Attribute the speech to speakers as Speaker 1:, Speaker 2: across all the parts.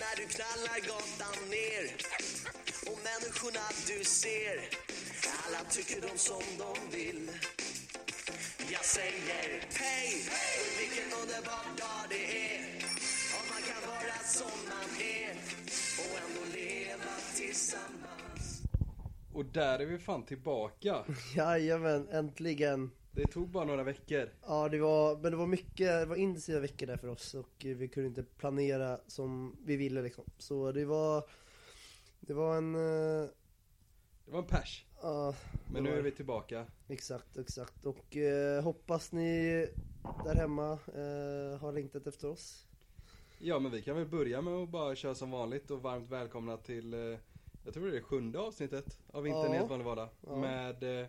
Speaker 1: när du knallar gatan ner och människorna du ser alla tycker de som de vill Jag säger hej, vilken underbar dag det är om man kan vara som man är och ändå leva tillsammans
Speaker 2: Och där är vi fan tillbaka.
Speaker 3: Jajamän, äntligen.
Speaker 2: Det tog bara några veckor.
Speaker 3: Ja, det var, men det var mycket, det var intensiva veckor där för oss och eh, vi kunde inte planera som vi ville liksom. Så det var, det var en, eh,
Speaker 2: Det var en pers.
Speaker 3: ja. det
Speaker 2: Men nu
Speaker 3: var-
Speaker 2: är vi tillbaka.
Speaker 3: Exakt, exakt. Och eh, hoppas ni där hemma eh, har längtat efter oss.
Speaker 2: Ja men vi kan väl börja med att bara köra som vanligt och varmt välkomna till eh, Jag tror det är det sjunde avsnittet av
Speaker 3: Ja.
Speaker 2: Internet vanlig vardag
Speaker 3: Ja.
Speaker 2: Med eh,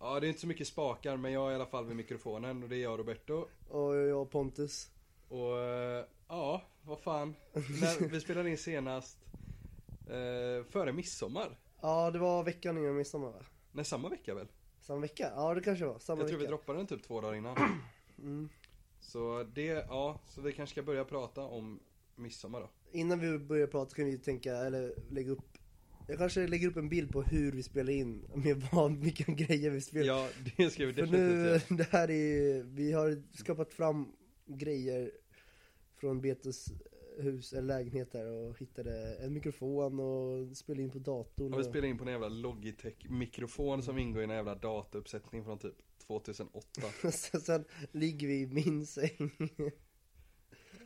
Speaker 2: Ja det är inte så mycket spakar men jag är i alla fall vid mikrofonen och det är jag Roberto
Speaker 3: Och jag och Pontus.
Speaker 2: Och eh, ja, vad fan När Vi spelade in senast eh, Före midsommar
Speaker 3: Ja, det var veckan innan midsommar va?
Speaker 2: Nej samma vecka väl?
Speaker 3: Samma vecka? Ja, det kanske var. Samma
Speaker 2: jag tror vi
Speaker 3: vecka.
Speaker 2: droppade den typ två dagar innan
Speaker 3: Mm.
Speaker 2: Så det, ja, så vi kanske ska börja prata om midsommar då
Speaker 3: Innan vi börjar prata kan vi tänka, eller lägga upp jag kanske lägger upp en bild på hur vi spelar in, med vad, vilka grejer vi spelar
Speaker 2: Ja det ska vi
Speaker 3: För
Speaker 2: definitivt göra
Speaker 3: nu, det här är ju- vi har skapat fram grejer från Betes hus eller lägenhet där och hittade en mikrofon och spelade in på datorn
Speaker 2: Ja, vi
Speaker 3: och-
Speaker 2: spelar in på en jävla Logitech-mikrofon som ingår i en jävla datauppsättning från typ 2008.
Speaker 3: Sen- Sen ligger vi i min säng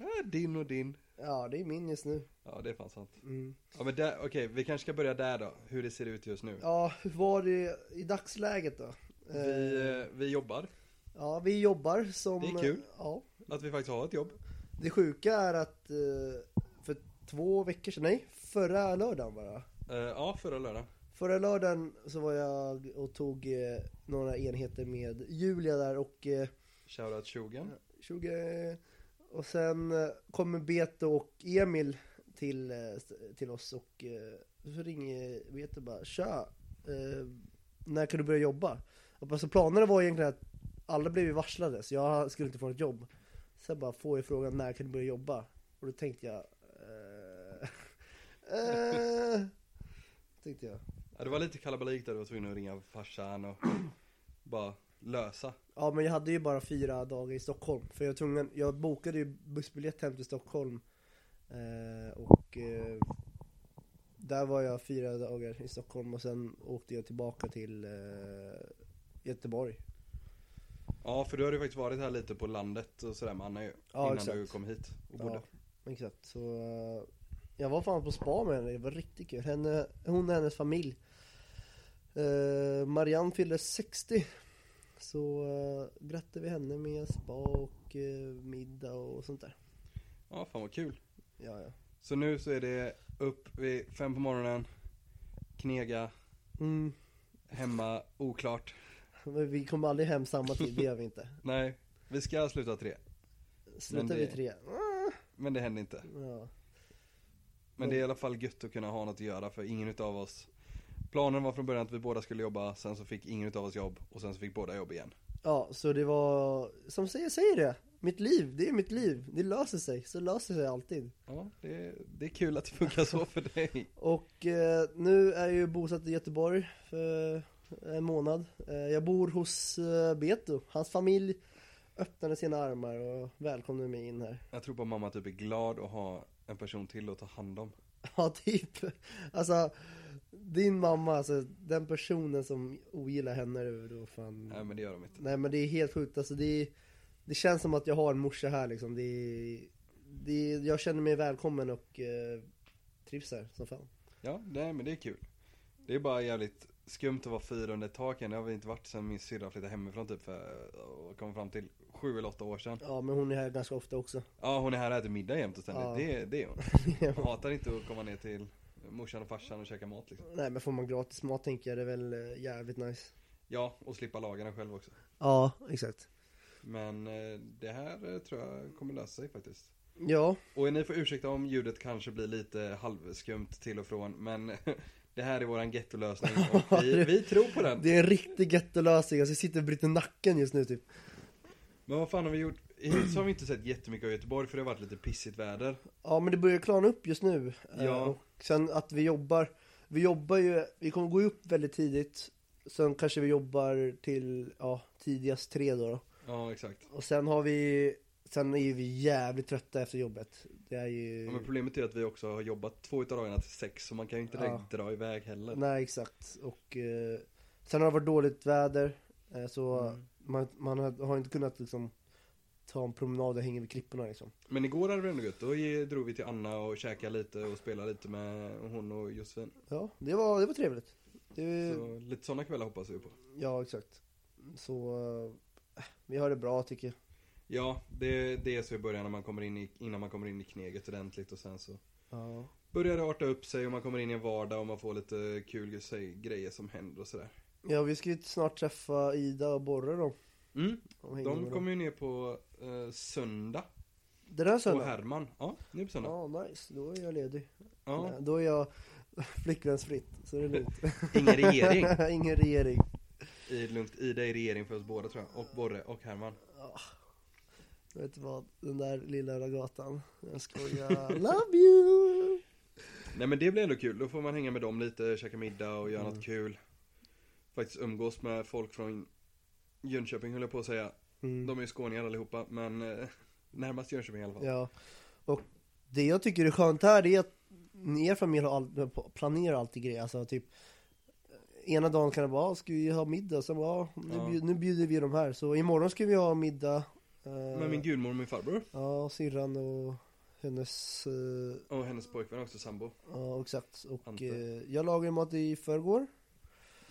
Speaker 2: Ja, din och din.
Speaker 3: Ja, det är min just nu
Speaker 2: Ja, det är fan sant.
Speaker 3: mm.
Speaker 2: Ja, men där, okej, vi kanske ska börja där då. Hur det ser ut just nu.
Speaker 3: Ja, hur var det i dagsläget då?
Speaker 2: Vi,
Speaker 3: Eh,
Speaker 2: eh, vi jobbar.
Speaker 3: Ja, vi jobbar som
Speaker 2: Det är kul.
Speaker 3: Ja,
Speaker 2: Att vi faktiskt har ett jobb.
Speaker 3: det sjuka är att eh, för två veckor sedan, nej, förra lördagen bara
Speaker 2: Eh, Ja, förra lördagen.
Speaker 3: Förra lördagen så var jag och tog eh, några enheter med Julia där och eh,
Speaker 2: Shoutout Shogun.
Speaker 3: 20 och sen eh, kommer Beto och Emil till, eh, s- till oss och eh, så ringer Beto bara tja, eh, när kan du börja jobba? Och alltså planerna var egentligen att alla blev ju varslade så jag skulle inte få något jobb. Sen bara får jag frågan när kan du börja jobba? Och då tänkte jag eh, eh, tänkte jag.
Speaker 2: Ja, det var lite kalabalik där du var tvungen att ringa farsan och bara lösa.
Speaker 3: Ja men jag hade ju bara fyra dagar i Stockholm för jag, var tvungen, jag bokade ju bussbiljett hem till Stockholm eh, och eh, där var jag fyra dagar i Stockholm och sen åkte jag tillbaka till eh, Göteborg.
Speaker 2: Ja, för du har ju faktiskt varit här lite på landet och sådär med Anna ju.
Speaker 3: Ja,
Speaker 2: innan
Speaker 3: exakt.
Speaker 2: du kom hit och bodde.
Speaker 3: Ja, exakt. Så eh, jag var fan på spa med henne, det var riktigt kul. Henne, hon och hennes familj. Eh, Marianne fyllde 60. Så eh, grattade vi henne med spa och eh, middag och sånt där.
Speaker 2: ja, fan vad kul.
Speaker 3: Ja, ja.
Speaker 2: Så nu så är det upp vid fem på morgonen, knega,
Speaker 3: Mm,
Speaker 2: hemma, oklart.
Speaker 3: men vi kommer aldrig hem samma tid, det gör vi inte.
Speaker 2: Nej, vi ska sluta tre.
Speaker 3: Slutar
Speaker 2: Men
Speaker 3: vi
Speaker 2: det-
Speaker 3: tre?
Speaker 2: Men det händer inte.
Speaker 3: Ja.
Speaker 2: Men det är i alla fall gött att kunna ha något att göra för ingen utav oss Planen var från början att vi båda skulle jobba, sen så fick ingen utav oss jobb och sen så fick båda jobb igen.
Speaker 3: ja, så det var, som säger, säger det. Mitt liv, det är mitt liv. Det löser sig, så löser sig alltid.
Speaker 2: Ja, det, det är kul att det funkar så för dig.
Speaker 3: Och eh, nu är jag ju bosatt i Göteborg för en månad. Eh, jag bor hos eh, Beto. Hans familj öppnade sina armar och välkomnade mig in här.
Speaker 2: Jag tror bara mamma typ är glad att ha en person till att ta hand om.
Speaker 3: Ja, typ. Alltså, din mamma, alltså den personen som ogillar henne, det är då fan.
Speaker 2: Nej men det gör de inte.
Speaker 3: Nej men det är helt sjukt alltså det, är, det känns som att jag har en morsa här liksom det, är- det, är- Jag känner mig välkommen och eh, trivs här som fan
Speaker 2: Ja, nej men det är kul. Det är bara jävligt skumt att vara fyra under taken. Det har vi inte varit sen min syrra flyttade hemifrån typ för, och kom fram till sju eller åtta år sedan.
Speaker 3: Ja men hon är här ganska ofta också
Speaker 2: Ja hon är här och äter middag jämt och ständigt.
Speaker 3: Ja.
Speaker 2: Det, det är hon. Hon hatar inte att komma ner till morsan och farsan och käka mat liksom.
Speaker 3: Nej men får man gratis mat tänker jag det är väl eh, jävligt nice
Speaker 2: Ja, och slippa laga den själv också.
Speaker 3: Ja exakt
Speaker 2: Men eh, det här eh, tror jag kommer lösa sig faktiskt.
Speaker 3: Ja,
Speaker 2: Och ni får ursäkta om ljudet kanske blir lite halvskumt till och från. Men det här är våran gettolösning och vi, vi tror på den.
Speaker 3: det är en riktig gettolösning alltså jag sitter och bryter nacken just nu typ
Speaker 2: Men vad fan har vi gjort? hittills har vi inte sett jättemycket av Göteborg för det har varit lite pissigt väder.
Speaker 3: Ja men det börjar klarna upp just nu. Eh,
Speaker 2: Ja.
Speaker 3: Och sen att vi jobbar, vi jobbar ju, vi kommer gå upp väldigt tidigt. Sen kanske vi jobbar till, ja, tidigast tre då. då.
Speaker 2: Ja, exakt.
Speaker 3: Och sen har vi, sen är ju vi jävligt trötta efter jobbet. Det är ju...
Speaker 2: Ja, men problemet är att vi också har jobbat två utav dagarna till sex så man kan ju inte
Speaker 3: Ja.
Speaker 2: direkt dra iväg heller.
Speaker 3: Nej exakt. Och eh, sen har det varit dåligt väder. Eh, så
Speaker 2: Mm.
Speaker 3: man, man har, har inte kunnat liksom ta en promenad och hänga vid klipporna liksom.
Speaker 2: Men igår hade vi ändå gött. Då ge- drog vi till Anna och käkade lite och spelade lite med hon och Josefin.
Speaker 3: Ja, det var, det var trevligt. Det,
Speaker 2: Så lite sådana kvällar hoppas vi på.
Speaker 3: Ja exakt. Så eh, vi har det bra tycker jag.
Speaker 2: Ja, det, det är så i början när man kommer in i, innan man kommer in i kneget ordentligt och sen så
Speaker 3: Ja.
Speaker 2: börjar det arta upp sig och man kommer in i en vardag och man får lite kul säg, grejer som händer och sådär.
Speaker 3: ja, vi ska ju snart träffa Ida och Borre då.
Speaker 2: Mm.
Speaker 3: Och hänga med
Speaker 2: De
Speaker 3: dem.
Speaker 2: kommer ju ner på eh, söndag,
Speaker 3: Den här
Speaker 2: på
Speaker 3: söndagen?
Speaker 2: Herman. Ja, nu på söndag.
Speaker 3: Ja, nice. Då är jag ledig.
Speaker 2: Ja.
Speaker 3: Nej, Då är jag flickvänsfritt, så det är lugnt.
Speaker 2: Ingen regering.
Speaker 3: Ingen regering.
Speaker 2: I, lugnt, Ida är regering för oss båda tror jag. Och Borre och Herman.
Speaker 3: Vet du vad, den där lilla jävla gatan. Jag skojar. Love you!
Speaker 2: Nej men det blir ändå kul, då får man hänga med dem lite, käka middag och
Speaker 3: Mm.
Speaker 2: göra något kul Faktiskt umgås med folk från Jönköping höll jag på att säga
Speaker 3: Mm.
Speaker 2: De är ju skåningar allihopa, men eh, närmast Jönköping i alla fall
Speaker 3: Ja. Och det jag tycker är skönt här är att ni er familj har all, planerar alltid grejer. Alltså typ ena dagen kan det vara, "Ah, ska vi ha middag? Sen bara, "Ah, nu,
Speaker 2: Ja.
Speaker 3: bjud, nu bjuder vi de här. Så imorgon ska vi ha middag. eh,
Speaker 2: Med min gudmor och min farbror
Speaker 3: Ja, och syrran och hennes, eh,
Speaker 2: och hennes pojkvän också, sambo
Speaker 3: ja exakt. Och
Speaker 2: Ante.
Speaker 3: eh, jag lagade mat i förrgår.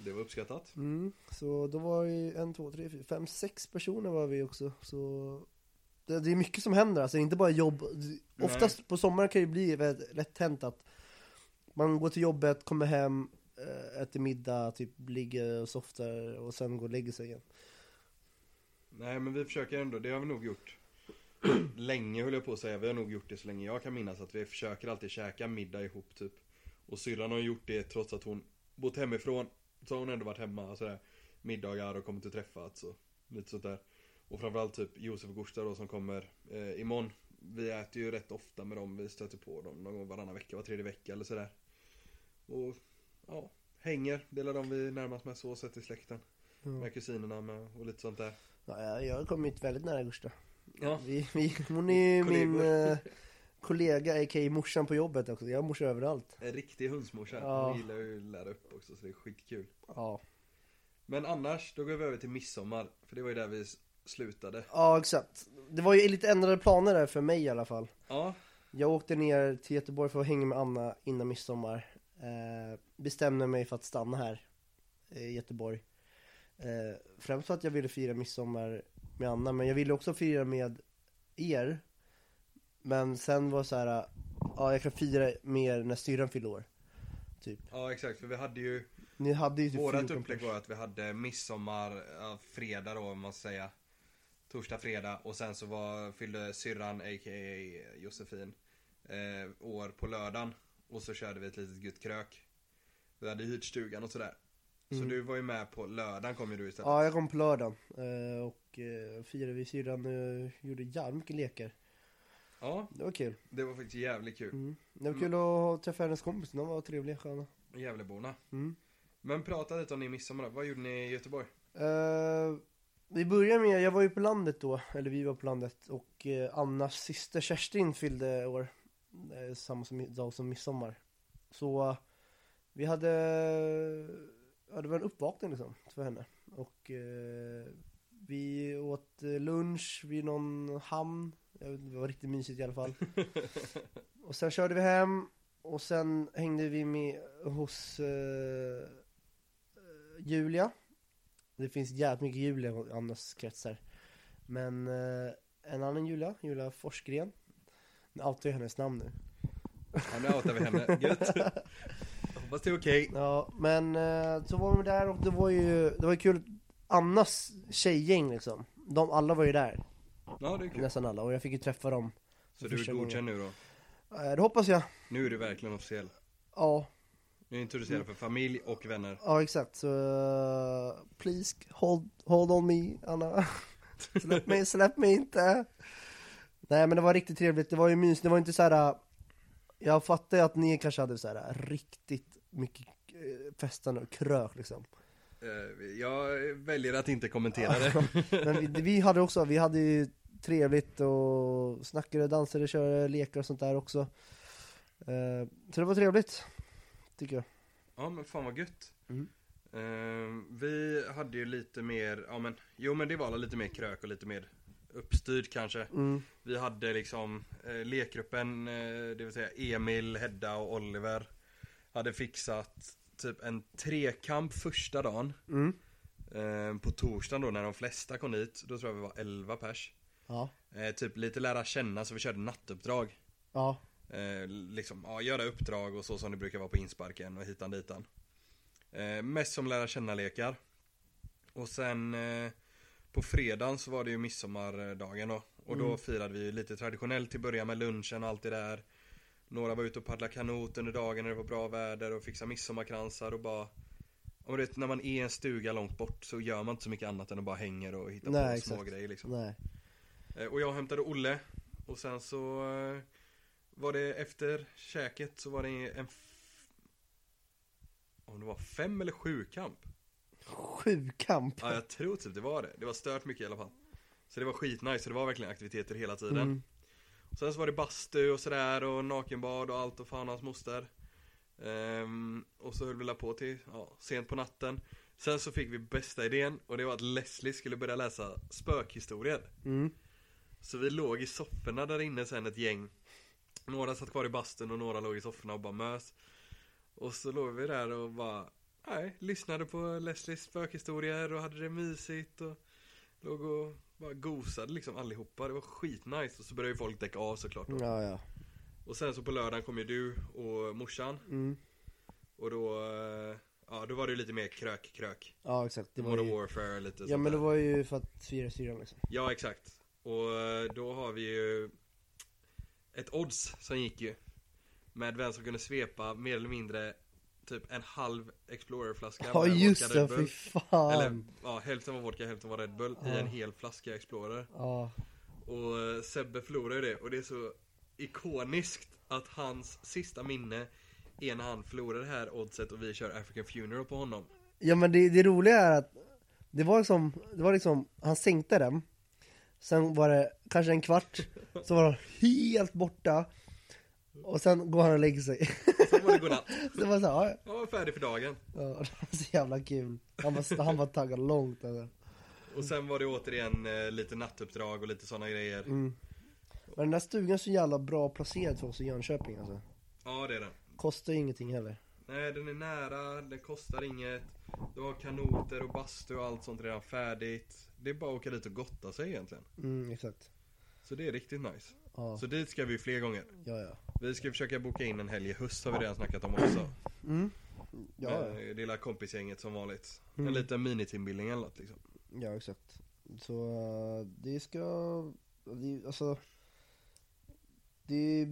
Speaker 2: Det var uppskattat
Speaker 3: Mm, så då var vi en, två, tre, fyra, fem, sex personer var vi också. Så det, det är mycket som händer, alltså det är inte bara jobb. Oftast på sommaren kan det ju bli väldigt lätt hänt att man går till jobbet, kommer hem, eh, äter middag, typ ligger och softar och sen går och lägger sig igen.
Speaker 2: Nej men vi försöker ändå, det har vi nog gjort Länge höll jag på att säga, vi har nog gjort det så länge jag kan minnas att vi försöker alltid käka middag ihop typ Och syrran har gjort det trots att hon bott hemifrån Så har hon ändå varit hemma och sådär Middagar och kommit och träffats och lite sånt där Och framförallt typ Josef och Gustav då som kommer eh, imorgon Vi äter ju rätt ofta med dem, vi stöter på dem någon gång varannan vecka, var tredje vecka eller sådär Och ja, hänger, delar de vi är närmast med så sett i släkten Med kusinerna med och lite sånt där
Speaker 3: Ja, jag- jag har kommit väldigt nära Gustav.
Speaker 2: Ja,
Speaker 3: Vi, vi, hon är ju min
Speaker 2: Kollegor.
Speaker 3: eh, kollega, a.k.a. morsan på jobbet också. Jag har morsa överallt.
Speaker 2: en riktig hönsmorsa.
Speaker 3: Ja.
Speaker 2: Hon gillar ju att lära upp också så det är skitkul.
Speaker 3: Ja,
Speaker 2: Men annars, då går vi över till midsommar. För det var ju där vi s- slutade.
Speaker 3: ja exakt. Det var ju lite ändrade planer där för mig i alla fall.
Speaker 2: Ja,
Speaker 3: Jag åkte ner till Göteborg för att hänga med Anna innan midsommar. Eh, bestämde mig för att stanna här eh, i Göteborg. Eh, främst för att jag ville fira midsommar med Anna, men jag ville också fira med er. Men sen var det så här, eh, ja jag kan fira med er när syrran fyller år. Typ.
Speaker 2: ja exakt. För vi hade ju,
Speaker 3: Ni hade ju typ
Speaker 2: vårat
Speaker 3: 14
Speaker 2: upplägg
Speaker 3: pers.
Speaker 2: var att vi hade midsommar, ja, fredag då om man ska säga. Torsdag, fredag och sen så var, fyllde syrran, a.k.a. Josefin, eh, år på lördagen. Och så körde vi ett litet guttkrök. Vi hade hyrt stugan och sådär. Så du var ju med på lördagen kom ju du istället.
Speaker 3: Mm. Ja, jag kom på lördagen eh, och eh, firade vid syrran och gjorde jävligt mycket lekar.
Speaker 2: Ja,
Speaker 3: Det var kul.
Speaker 2: det var faktiskt jävligt kul.
Speaker 3: Mm. Det var kul att träffa hennes kompis, de var trevliga, sköna.
Speaker 2: Gävleborna.
Speaker 3: Mm.
Speaker 2: Men prata lite om din midsommar då. Vad gjorde ni i Göteborg?
Speaker 3: Eh, vi börjar med, jag var ju på landet då, eller vi var på landet och eh, Annas syster Kerstin fyllde år. Eh, samma som, dag som midsommar. Så eh, vi hade, ja det var en uppvakning liksom för henne. Och eh, vi åt eh, lunch vid någon hamn. Jag vet inte, Det var riktigt mysigt i alla fall. och sen körde vi hem och sen hängde vi med hos eh, eh, Julia. Det finns jävligt mycket Julia i Annas kretsar. Men eh, en annan Julia, Julia Forsgren. Nu outar jag hennes namn nu.
Speaker 2: Ja, nu outar vi henne. Gött. Hoppas det är okej.
Speaker 3: Ja, men eh, så var vi där och det var ju det var ju kul. Annas tjejgäng liksom. De alla var ju där,
Speaker 2: Ja, det är kul.
Speaker 3: nästan alla. Och jag fick ju träffa dem.
Speaker 2: Så du
Speaker 3: första
Speaker 2: är godkänd nu då?
Speaker 3: Eh, det hoppas jag.
Speaker 2: Nu är du verkligen officiell.
Speaker 3: Ja,
Speaker 2: Nu är du introducerad för familj och vänner.
Speaker 3: ja exakt. Så eh, please hold, hold on me, Anna. Släpp mig, släpp mig inte! Nej men det var riktigt trevligt, det var ju mys, det var inte så här. äh, Jag fattar ju att ni kanske hade så här äh, riktigt mycket äh, festande och krök liksom
Speaker 2: Eh, Jag väljer att inte kommentera det.
Speaker 3: Men vi, vi hade också, vi hade ju trevligt och snackade, dansade, körde lekar och sånt där också Eh, Så det var trevligt, tycker jag
Speaker 2: Ja men fan vad gött.
Speaker 3: Mm.
Speaker 2: Eh, vi hade ju lite mer, ja men, jo men det var lite mer krök och lite mer uppstyrd kanske.
Speaker 3: mm.
Speaker 2: Vi hade liksom eh, lekgruppen, eh, det vill säga Emil, Hedda och Oliver. Hade fixat typ en trekamp första dagen.
Speaker 3: Mm.
Speaker 2: Eh, på torsdagen då när de flesta kom hit, då tror jag vi var 11 pers.
Speaker 3: Ja,
Speaker 2: Eh, typ lite lära känna så vi körde nattuppdrag.
Speaker 3: ja,
Speaker 2: Eh, liksom, ja, göra uppdrag och så som det brukar vara på insparken och hitan ditan. Eh, mest som lära känna-lekar. Och sen eh, på fredagen så var det ju midsommardagen då. Och då
Speaker 3: Mm.
Speaker 2: firade vi ju lite traditionellt till början med lunchen och allt det där. Några var ute och paddlade kanot under dagen när det var bra väder och fixade midsommarkransar och bara Ja, men du vet, när man är i en stuga långt bort så gör man inte så mycket annat än att bara hänger och hitta på
Speaker 3: Nej,
Speaker 2: små
Speaker 3: exakt.
Speaker 2: grejer liksom.
Speaker 3: nej
Speaker 2: Eh, Och jag hämtade Olle och sen så eh, var det efter käket så var det en f- om det var fem eller sju kamp.
Speaker 3: Sjukamp!
Speaker 2: Ja, jag tror typ det var det. Det var stört mycket i alla fall. Så det var skitnice, så det var verkligen aktiviteter hela tiden.
Speaker 3: Mm.
Speaker 2: Sen så var det bastu och sådär och nakenbad och allt och fan hans moster. Ehm, och så höll vi la på till ja, sent på natten. Sen så fick vi bästa idén och det var att Leslie skulle börja läsa spökhistorier.
Speaker 3: Mm.
Speaker 2: Så vi låg i sofforna där inne sen ett gäng Några satt kvar i bastun och några låg i sofforna och bara mös Och så låg vi där och bara Nej, lyssnade på Leslies spökhistorier och hade det mysigt och Låg och bara gosade liksom allihopa, det var skitnice och så började ju folk däcka av såklart då.
Speaker 3: Ja, ja.
Speaker 2: Och sen så på lördagen kom ju du och morsan
Speaker 3: Mm.
Speaker 2: Och då, eh, ja då var det ju lite mer krök krök
Speaker 3: ja, exakt. Det var
Speaker 2: Modern
Speaker 3: ju...
Speaker 2: warfare och lite
Speaker 3: Ja,
Speaker 2: sånt
Speaker 3: men det
Speaker 2: där.
Speaker 3: var ju för att fira syrran liksom.
Speaker 2: Ja, exakt. Och eh, då har vi ju ett odds som gick ju. Med vem som kunde svepa mer eller mindre typ en halv Explorer-flaska.
Speaker 3: Ja,
Speaker 2: med
Speaker 3: just
Speaker 2: vodka
Speaker 3: det,
Speaker 2: Red
Speaker 3: fy
Speaker 2: Bull.
Speaker 3: fan!
Speaker 2: Eller ja, hälften var vodka, hälften var Red Bull i
Speaker 3: Ja.
Speaker 2: en hel flaska Explorer.
Speaker 3: Ja,
Speaker 2: Och eh, Sebbe förlorade ju det och det är så ikoniskt att hans sista minne är när han förlorar det här oddset och vi kör African Funeral på honom.
Speaker 3: ja men det, det roliga är att det var liksom, det var liksom, han sänkte den. Sen var det kanske en kvart, så var han helt borta. Och sen går han och lägger sig.
Speaker 2: Sen var det godnatt.
Speaker 3: Så det var så här, ja,
Speaker 2: Jag var färdig för dagen.
Speaker 3: ja, det var så jävla kul. Han var, han var taggad långt alltså.
Speaker 2: Och sen var det återigen eh, lite nattuppdrag och lite sådana grejer.
Speaker 3: Mm. Men den där stugan är så jävla bra placerad för oss i Jönköping alltså.
Speaker 2: Ja det är den.
Speaker 3: Kostar ju ingenting heller.
Speaker 2: Nej den är nära, den kostar inget. Du har kanoter och bastu och allt sånt redan färdigt. Det är bara att åka dit och gotta sig egentligen.
Speaker 3: Mm, exakt.
Speaker 2: Så det är riktigt nice.
Speaker 3: Ja,
Speaker 2: Så dit ska vi ju fler gånger.
Speaker 3: ja, ja.
Speaker 2: Vi ska försöka boka in en helg i höst har vi redan snackat om också.
Speaker 3: Mm. Ja, Mm.
Speaker 2: Med det lilla kompisgänget som vanligt. En liten minitimbildning eller något liksom.
Speaker 3: ja exakt. Så eh, det ska, det, alltså, det,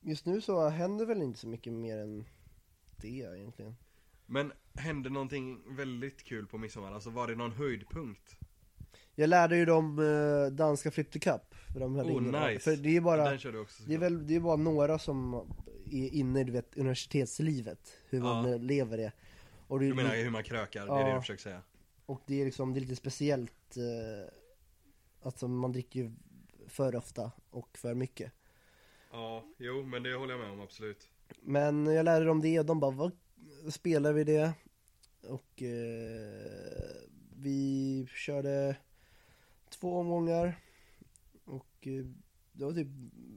Speaker 3: just nu så händer väl inte så mycket mer än det egentligen.
Speaker 2: Men hände någonting väldigt kul på midsommar? Alltså var det någon höjdpunkt?
Speaker 3: Jag lärde ju dem eh, danska flyttekapp. För, de hade
Speaker 2: Oh,
Speaker 3: ingen-
Speaker 2: nice.
Speaker 3: för det är bara,
Speaker 2: Den kör du också
Speaker 3: det är
Speaker 2: såklart.
Speaker 3: väl, det är bara några som är inne i du vet, universitetslivet, hur man
Speaker 2: Ja.
Speaker 3: eh, lever det. Och det, är
Speaker 2: Du menar hur man krökar, det är det
Speaker 3: Ja.
Speaker 2: du försöker säga.
Speaker 3: Och det är liksom, det är lite speciellt eh, Alltså man dricker ju för ofta och för mycket
Speaker 2: Ja, jo men det håller jag med om absolut.
Speaker 3: Men jag lärde dem det och de bara, vad spelar vi det? Och eh, vi körde två omgångar Och eh, det var typ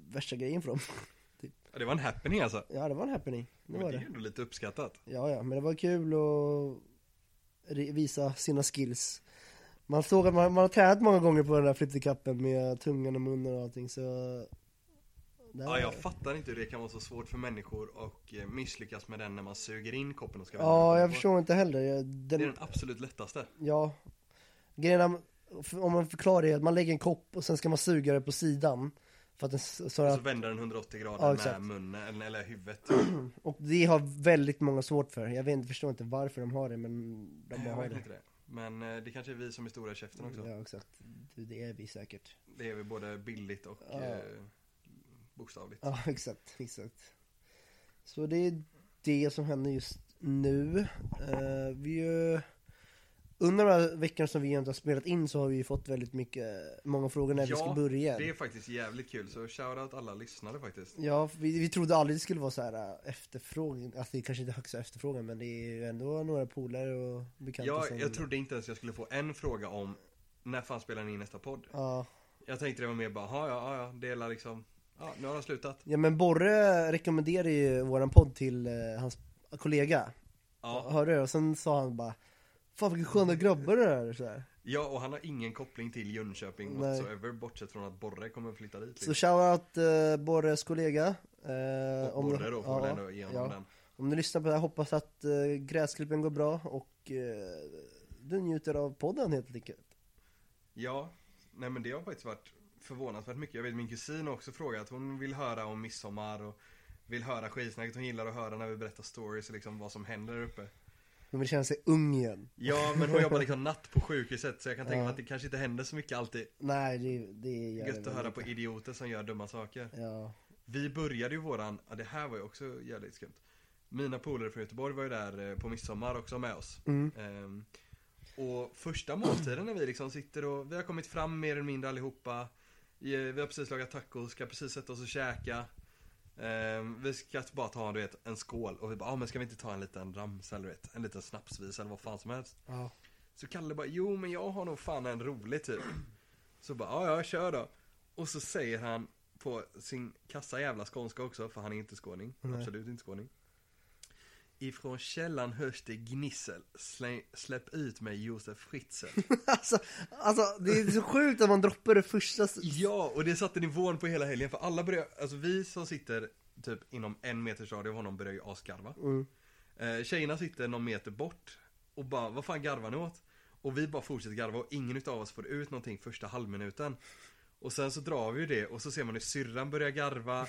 Speaker 3: värsta grejen för dem
Speaker 2: Ja, det var en happening alltså.
Speaker 3: Ja det var en happening, det
Speaker 2: Men
Speaker 3: var
Speaker 2: det är
Speaker 3: det
Speaker 2: ändå lite uppskattat.
Speaker 3: Ja ja, men det var kul att re- visa sina skills Man såg att man, man har tränat många gånger på den där flyttekappen med tungan och munnen och allting så det
Speaker 2: Ja, jag fattar inte hur det kan vara så svårt för människor och eh, misslyckas med den när man suger in koppen och ska vända
Speaker 3: Ja,
Speaker 2: den
Speaker 3: jag
Speaker 2: på.
Speaker 3: förstår inte heller Jag-
Speaker 2: Det är
Speaker 3: den,
Speaker 2: den absolut lättaste.
Speaker 3: Ja Grejen är, om man förklarar det, att man lägger en kopp och sen ska man suga det på sidan För att den, s- så
Speaker 2: Och
Speaker 3: att,
Speaker 2: så vänder den 180 grader
Speaker 3: Ja,
Speaker 2: med
Speaker 3: exakt.
Speaker 2: munnen, eller, eller huvudet. Alltså-
Speaker 3: och det har väldigt många svårt för Jag vet, inte- förstår inte varför de har det men de
Speaker 2: Nej,
Speaker 3: bara
Speaker 2: jag
Speaker 3: har
Speaker 2: vet
Speaker 3: det
Speaker 2: inte det. Men eh, det kanske är vi som är stora i käften också.
Speaker 3: Ja, exakt. Du, det är vi säkert.
Speaker 2: Det är väl både billigt och
Speaker 3: Ja.
Speaker 2: eh, bokstavligt.
Speaker 3: Ja, exakt, exakt. Så det är det som händer just nu. Eh, vi eh, under de här veckorna som vi inte har spelat in så har vi ju fått väldigt mycket, många frågor när vi ska börja.
Speaker 2: det är faktiskt jävligt kul. Så shoutout alla lyssnare faktiskt.
Speaker 3: Ja, vi, vi trodde aldrig det skulle vara så här äh, efterfrågan, alltså det är kanske inte är högsta efterfrågan men det är ju ändå några polare och bekanta
Speaker 2: Jag,
Speaker 3: som...
Speaker 2: jag trodde inte ens jag skulle få en fråga om när fan spelar ni in nästa podd?
Speaker 3: Ja.
Speaker 2: Jag tänkte det var mer bara, "Ha, ja, ja, ja, dela liksom. Ja, nu har han slutat.
Speaker 3: ja, men Borre rekommenderade ju våran podd till eh, hans kollega.
Speaker 2: Ja. Mm.
Speaker 3: Hörde du? Och sen sa han bara Fan vilka sköna grabbar det är så här.
Speaker 2: ja, och han har ingen koppling till Jönköping
Speaker 3: Nej.
Speaker 2: whatsoever, bortsett från att Borre kommer flytta dit.
Speaker 3: Så
Speaker 2: Liksom.
Speaker 3: shoutout eh, Borres kollega. Eh,
Speaker 2: Och Borre då får väl ändå ge honom den.
Speaker 3: Om du lyssnar på det här, hoppas att eh, gräsklippen går bra och eh, du njuter av podden helt enkelt.
Speaker 2: Ja, nej men det har faktiskt varit förvånansvärt mycket. Jag vet min kusin har också frågat, hon vill höra om midsommar och vill höra skitsnacket. Hon gillar att höra när vi berättar stories och liksom vad som händer där uppe.
Speaker 3: Hon vill känna sig ung igen.
Speaker 2: Ja, men hon jobbar liksom natt på sjukhuset så jag kan tänka
Speaker 3: Ja.
Speaker 2: mig att det kanske inte händer så mycket alltid.
Speaker 3: Nej, det, det gör
Speaker 2: Gött
Speaker 3: det
Speaker 2: att höra
Speaker 3: väl
Speaker 2: på
Speaker 3: inte.
Speaker 2: idioter som gör dumma saker.
Speaker 3: Ja,
Speaker 2: Vi började ju våran, ja det här var ju också jävligt skumt Mina polare från Göteborg var ju där eh, på midsommar också med oss
Speaker 3: Mm.
Speaker 2: Ehm, Och första måltiden när vi liksom sitter och, vi har kommit fram mer eller mindre allihopa I- Vi har precis lagat tacos, ska precis sätta oss och käka Ehm, Vi ska bara ta, du vet, en skål och vi bara, ah, men ska vi inte ta en liten ramsa eller du vet, en liten snapsvisa eller vad fan som helst
Speaker 3: ja.
Speaker 2: så Kalle bara, jo men jag har nog fan en rolig typ. Så bara, ja ja kör då. Och så säger han på sin kassa jävla skånska också, för han är inte skåning.
Speaker 3: Nej.
Speaker 2: Absolut inte skåning. Ifrån källan hörs det gnissel. Slä, släpp ut mig Josef Fritzl.
Speaker 3: Alltså, alltså, det är så sjukt att man droppar det första s-
Speaker 2: ja, och det satte nivån på hela helgen. För alla börjar, alltså vi som sitter typ inom en meters radie av honom börjar ju asgarva.
Speaker 3: mm.
Speaker 2: Eh, Tjejerna sitter någon meter bort och bara, vad fan garvar ni åt? Och vi bara fortsätter garva och ingen utav oss får ut någonting första halvminuten. Och sen så drar vi ju det och så ser man hur syrran börjar garva.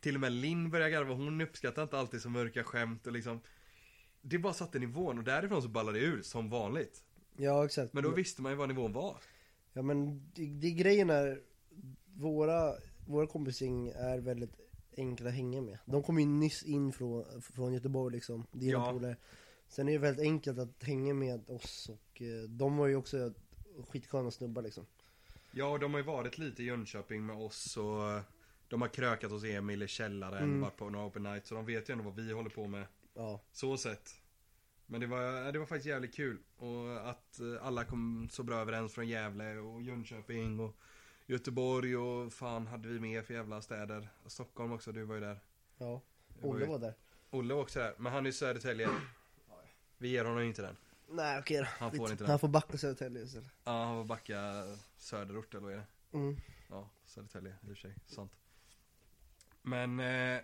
Speaker 2: Till och med Linn börjar garva, hon uppskattar inte alltid så mörka skämt och liksom. Det bara satte nivån och därifrån så ballade det ur som vanligt.
Speaker 3: Ja, exakt.
Speaker 2: Men då visste man ju vad nivån var.
Speaker 3: Ja, men det, det är grejen är våra, våra kompisgäng är väldigt enkla att hänga med. De kommer ju nyss in från, från Göteborg liksom. Det är
Speaker 2: Ja.
Speaker 3: ja. polare. Sen är det väldigt enkelt att hänga med oss och eh, de var ju också skitsköna snubbar liksom.
Speaker 2: Ja, och de har ju varit lite i Jönköping med oss och eh, de har krökat hos Emil i källaren, varit på några open night. Så de vet ju ändå vad vi håller på med.
Speaker 3: Ja,
Speaker 2: Så sett. Men det var, eh, det var faktiskt jävligt kul. Och att eh, alla kom så bra överens från Gävle och Jönköping och Göteborg och fan hade vi med för jävla städer. Stockholm också, du var ju där.
Speaker 3: ja.
Speaker 2: Det var ju-
Speaker 3: Olle var där.
Speaker 2: Olle var också där, men han är i Södertälje. Vi ger honom ju inte den.
Speaker 3: Nej okej då.
Speaker 2: Han får inte den.
Speaker 3: Han får backa Södertälje istället.
Speaker 2: Ja, han får backa söderort eller vad är det?
Speaker 3: Mm.
Speaker 2: Ja, Södertälje i och för sig. Sant. Men, eh,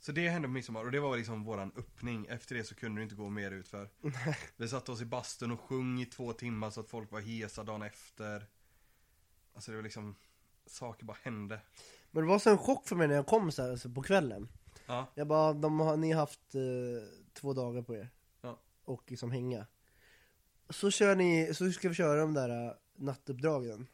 Speaker 2: så det hände på midsommar och det var liksom våran öppning. Efter det så kunde det inte gå mer utför. Vi satte oss i bastun och sjöng i två timmar så att folk var hesa dagen efter. Alltså det var liksom, saker bara hände.
Speaker 3: Men det var så en chock för mig när jag kom så här, alltså, på kvällen.
Speaker 2: Ja,
Speaker 3: Jag bara, de har, ni har haft eh, två dagar på er.
Speaker 2: Ja.
Speaker 3: Och liksom hänga. Så kör ni, så ska vi köra de där eh, nattuppdragen.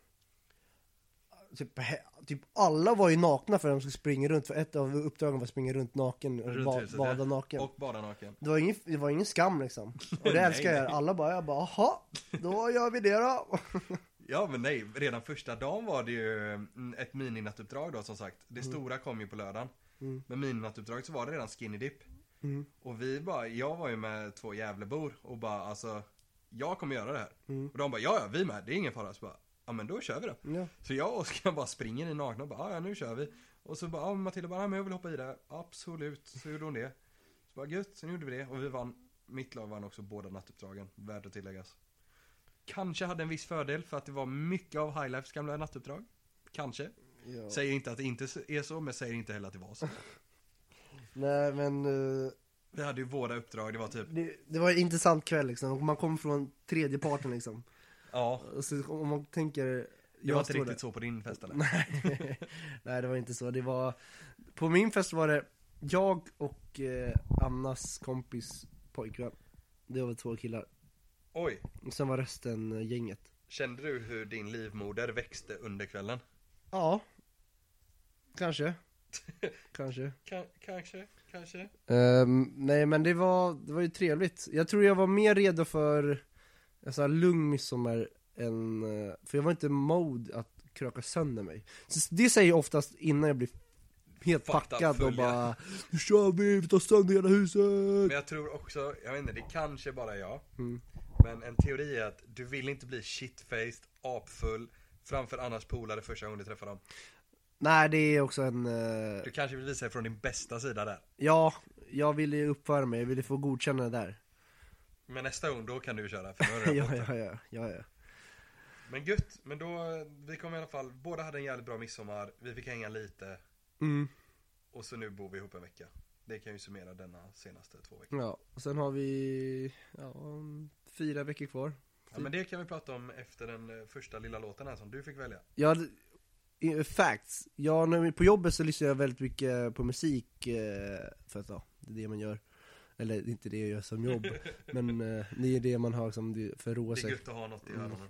Speaker 3: Typ, he- typ alla var ju nakna för att de skulle springa runt, för ett av uppdragen var att springa runt naken och
Speaker 2: Runt
Speaker 3: ba,
Speaker 2: huset,
Speaker 3: bada
Speaker 2: ja.
Speaker 3: naken.
Speaker 2: och bara naken.
Speaker 3: Det, var ingen, det var ingen skam liksom. Och det
Speaker 2: Nej,
Speaker 3: älskar jag.
Speaker 2: nej.
Speaker 3: Alla bara, jag bara, jaha, då gör vi det då.
Speaker 2: Ja men nej, redan första dagen var det ju mm, ett mininattuppdrag då som sagt. Det stora kom ju på lördagen.
Speaker 3: Mm.
Speaker 2: Men mininattuppdraget så var det redan skinny dip.
Speaker 3: Mm.
Speaker 2: Och vi bara, jag var ju med två Gävlebor och bara alltså Jag kommer göra det här.
Speaker 3: Mm.
Speaker 2: Och de bara, ja ja vi med, det är ingen fara. Så bara, ja men då kör vi då.
Speaker 3: Ja.
Speaker 2: Så jag och Oskar bara springer i nakna och bara, "Ah, ja ja, nu kör vi. Och så bara, ja Matilda bara, ja, men jag vill hoppa i det. Absolut, så gjorde hon det. Så bara, gött, sen gjorde vi det. Och vi vann, mitt lag vann också båda nattuppdragen, värt att tilläggas. Kanske hade en viss fördel för att det var mycket av Highlifes gamla nattuppdrag. Kanske.
Speaker 3: Ja.
Speaker 2: Säger inte att det inte är så, men säger inte heller att det var så.
Speaker 3: Nej men eh,
Speaker 2: Vi hade ju våra uppdrag, det var typ,
Speaker 3: det, det var en intressant kväll liksom. Och man kom från tredje parten liksom.
Speaker 2: ja.
Speaker 3: Alltså, om man tänker...
Speaker 2: Det var inte
Speaker 3: står
Speaker 2: riktigt så på din fest eller?
Speaker 3: Nej. Nej, det var inte så. Det var... På min fest var det jag och eh, Annas kompis pojkvän. Det var två killar.
Speaker 2: Oj,
Speaker 3: Och sen var resten eh, gänget.
Speaker 2: kände du hur din livmoder växte under kvällen?
Speaker 3: Ja. Kanske. Kanske.
Speaker 2: Ka- kanske, kanske.
Speaker 3: Ehm, nej men det var, det var ju trevligt. Jag tror jag var mer redo för alltså, lugn midsommar än, eh, för jag var inte mode att kröka sönder mig. Så det säger jag oftast innan jag blir helt
Speaker 2: Fucked up,
Speaker 3: packad och
Speaker 2: full, ja.
Speaker 3: bara Nu kör vi, vi tar sönder hela huset!
Speaker 2: Men jag tror också, jag vet inte, det kanske bara är jag.
Speaker 3: Mm.
Speaker 2: Men en teori är att du vill inte bli shitfaced, apfull, framför annars polare första gången du träffar dem.
Speaker 3: Nej det är också en, eh,
Speaker 2: Du kanske vill visa dig från din bästa sida där.
Speaker 3: ja, jag ville ju uppföra mig, jag ville få godkänna det där.
Speaker 2: Men nästa gång, då kan du köra. För nu har du
Speaker 3: ja,
Speaker 2: redan
Speaker 3: ja,
Speaker 2: fått det.
Speaker 3: ja, ja, ja.
Speaker 2: Men gött, men då, vi kom i alla fall, båda hade en jävligt bra midsommar, vi fick hänga lite
Speaker 3: Mm.
Speaker 2: och så nu bor vi ihop en vecka. Det kan ju summera denna senaste två veckor.
Speaker 3: Ja, och sen har vi, ja, fyra veckor kvar.
Speaker 2: Ja, men det kan vi prata om efter den eh, första lilla låten här som du fick välja.
Speaker 3: Ja, det- i- facts. Ja, när vi på jobbet så lyssnar jag väldigt mycket på musik, eh, för att ja, det är det man gör. Eller det är inte det jag gör som jobb, men eh, det är det man har som det- för att roa
Speaker 2: Det är
Speaker 3: sig.
Speaker 2: gött att ha något i
Speaker 3: Mm.
Speaker 2: öronen.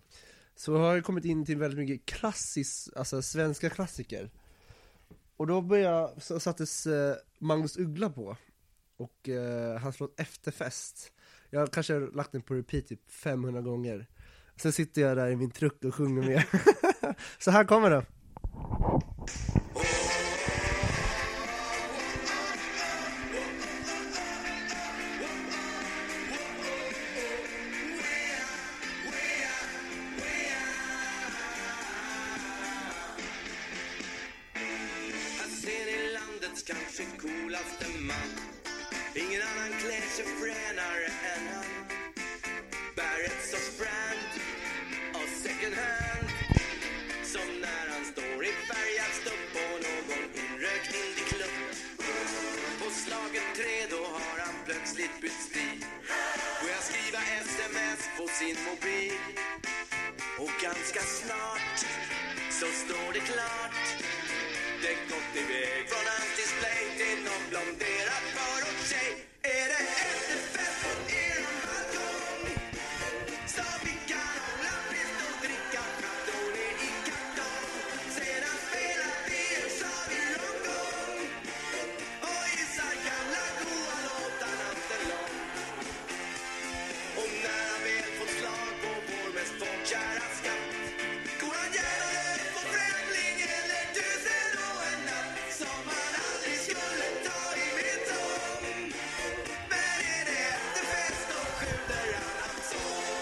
Speaker 3: Så har jag kommit in till väldigt mycket klassisk, alltså svenska klassiker. Och då började, jag- så sattes eh, Magnus Uggla på. Och eh, hans låt Efterfest. Jag kanske har lagt den på repeat typ 500 gånger. Sen sitter jag där i min truck och sjunger med. så här kommer den.
Speaker 1: Jag ser i landets kanske coolaste man Ingen annan klär sig fränare än han Bär ett sorts brand av second hand Som när han står i färgat stubb på någon inrökt indieklubb På slaget tre då har han plötsligt bytt stil Börjar skriva sms på sin mobil Och ganska snart så står det klart det gått iväg från hans display till någon blonderad far och tjej. Är det efterfest på er balkong? Så vi kan hålla fest och dricka patroner i kartong. Sedan spelar vi en salig rondgång och gissar gamla goa låtar natten lång. Och när han väl fått slag på vår mest folkkära skatt går han gärna ut på Främling eller Tusen och en natt som han aldrig skulle ta i betong. Men är det efterfest då skjuter han hans sång.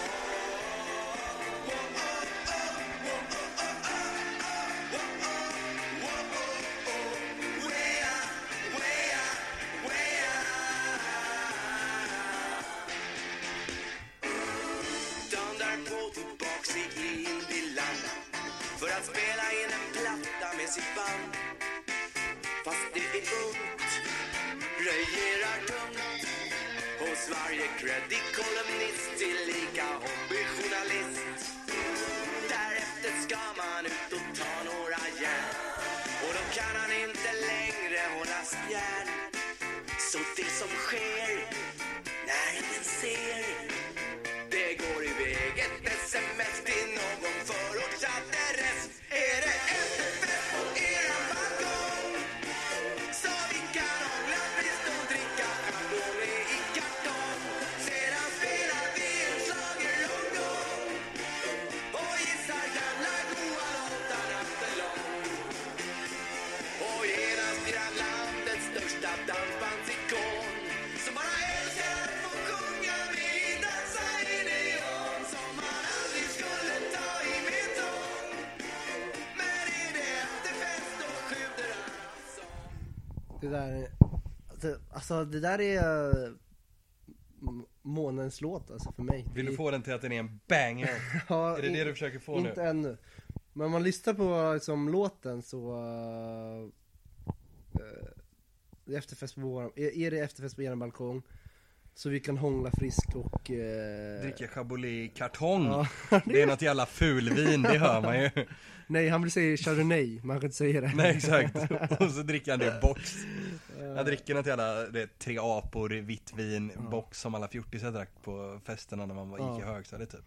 Speaker 1: Way out, way out, way out. Dagen därpå tillbaks i Indiland för att spela in en platta med sitt band. Fast det är ungt, röjerar tungt hos varje creddig kolumnist tillika hobbyjournalist. Därefter ska man ut och ta några järn och då kan han inte längre hålla spjärn. Så det som sker när ingen ser det går iväg ett sms till någon förortsadress. Är det efterfest på eran balkong? Så vi kan hångla friskt och dricka champagne i kartong. Sedan spelar vi en schlagerrondgång och gissar gamla goa låtar natten lång. Och genast blir landets största dansbandsikon Som bara älskar att få sjunga med dansa i neon Som man aldrig skulle ta i betong Men är det efterfest då skjuter han hans sång
Speaker 3: Det där, det, alltså det där är m- månadens låt alltså för mig.
Speaker 2: Vill
Speaker 3: Det-
Speaker 2: du få den till att den är en banger?
Speaker 3: Ja,
Speaker 2: Är det
Speaker 3: in-
Speaker 2: det du försöker få
Speaker 3: Inte
Speaker 2: nu?
Speaker 3: ännu. Men om man lyssnar på liksom, låten så... eh, eh, det är efterfest på vår, är, är det efterfest på eran balkong? Så vi kan hångla frisk och... eh,
Speaker 2: Dricka Chablis kartong.
Speaker 3: Ja.
Speaker 2: Det är något jävla fulvin, det hör man ju.
Speaker 3: Nej, han vill säga chardonnay, man kan inte säga det.
Speaker 2: Nej exakt. Och så dricker han det i box.
Speaker 3: Eh.
Speaker 2: Jag dricker något jävla, det är tre apor, vitt vin, box som alla fjortisar drack på festerna när man var, gick i
Speaker 3: Ja.
Speaker 2: högstadiet typ.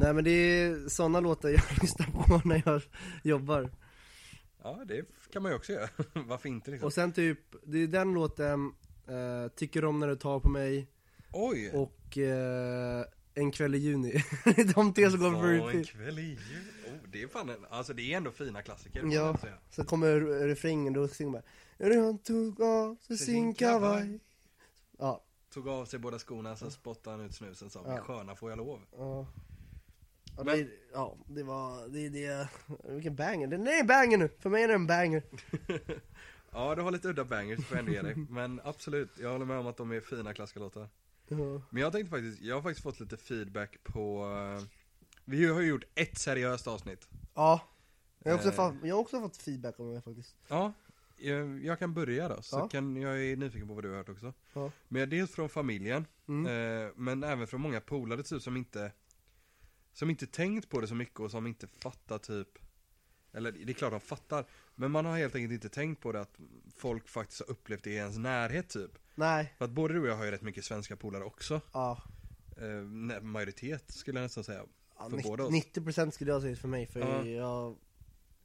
Speaker 3: Nej men det är sådana låtar jag lyssnar på när jag jobbar.
Speaker 2: Ja, det kan man ju också göra. Varför inte liksom?
Speaker 3: Och sen typ, det är den låten, eh, Tycker om när du tar på mig
Speaker 2: Oj!
Speaker 3: och eh, En kväll i juni. De tre som går
Speaker 2: Var
Speaker 3: förut.
Speaker 2: en kväll i jul. Oh, det är fan en, alltså det är ändå fina klassiker. får
Speaker 3: Ja,
Speaker 2: jag säga.
Speaker 3: så kommer refrängen, då sjunger man "När Han tog av sig sin kavaj Ja,
Speaker 2: Tog av sig båda skorna, sen spottade han ut snusen sa
Speaker 3: Ja.
Speaker 2: ja. sköna får jag lov.
Speaker 3: ja Ja,
Speaker 2: Men-
Speaker 3: det, ja, det var, det, det, vilken banger, den är en banger nu, för mig är den en banger
Speaker 2: Ja, du har lite udda bangers får jag ändå ge dig. Men absolut, jag håller med om att de är fina klassiska låtar.
Speaker 3: ja.
Speaker 2: Men jag tänkte faktiskt, jag har faktiskt fått lite feedback på eh, Vi har ju gjort ett seriöst avsnitt
Speaker 3: Ja, jag har, också
Speaker 2: Eh.
Speaker 3: fått, jag har också fått feedback om det faktiskt
Speaker 2: Ja Eh, Jag, jag kan börja då, så
Speaker 3: Ja.
Speaker 2: kan, jag är nyfiken på vad du har hört också
Speaker 3: Ja.
Speaker 2: Men dels från familjen
Speaker 3: Mm.
Speaker 2: eh, Men även från många polare typ som inte Som inte tänkt på det så mycket och som inte fattar typ Eller det är klart de fattar Men man har helt enkelt inte tänkt på det att folk faktiskt har upplevt det i ens närhet typ
Speaker 3: Nej,
Speaker 2: För att både du och jag har ju rätt mycket svenska polare också
Speaker 3: ja,
Speaker 2: eh, nej, Majoritet skulle jag nästan säga
Speaker 3: ja
Speaker 2: För båda oss.
Speaker 3: 90% skulle jag säga för mig, för
Speaker 2: Ja.
Speaker 3: jag,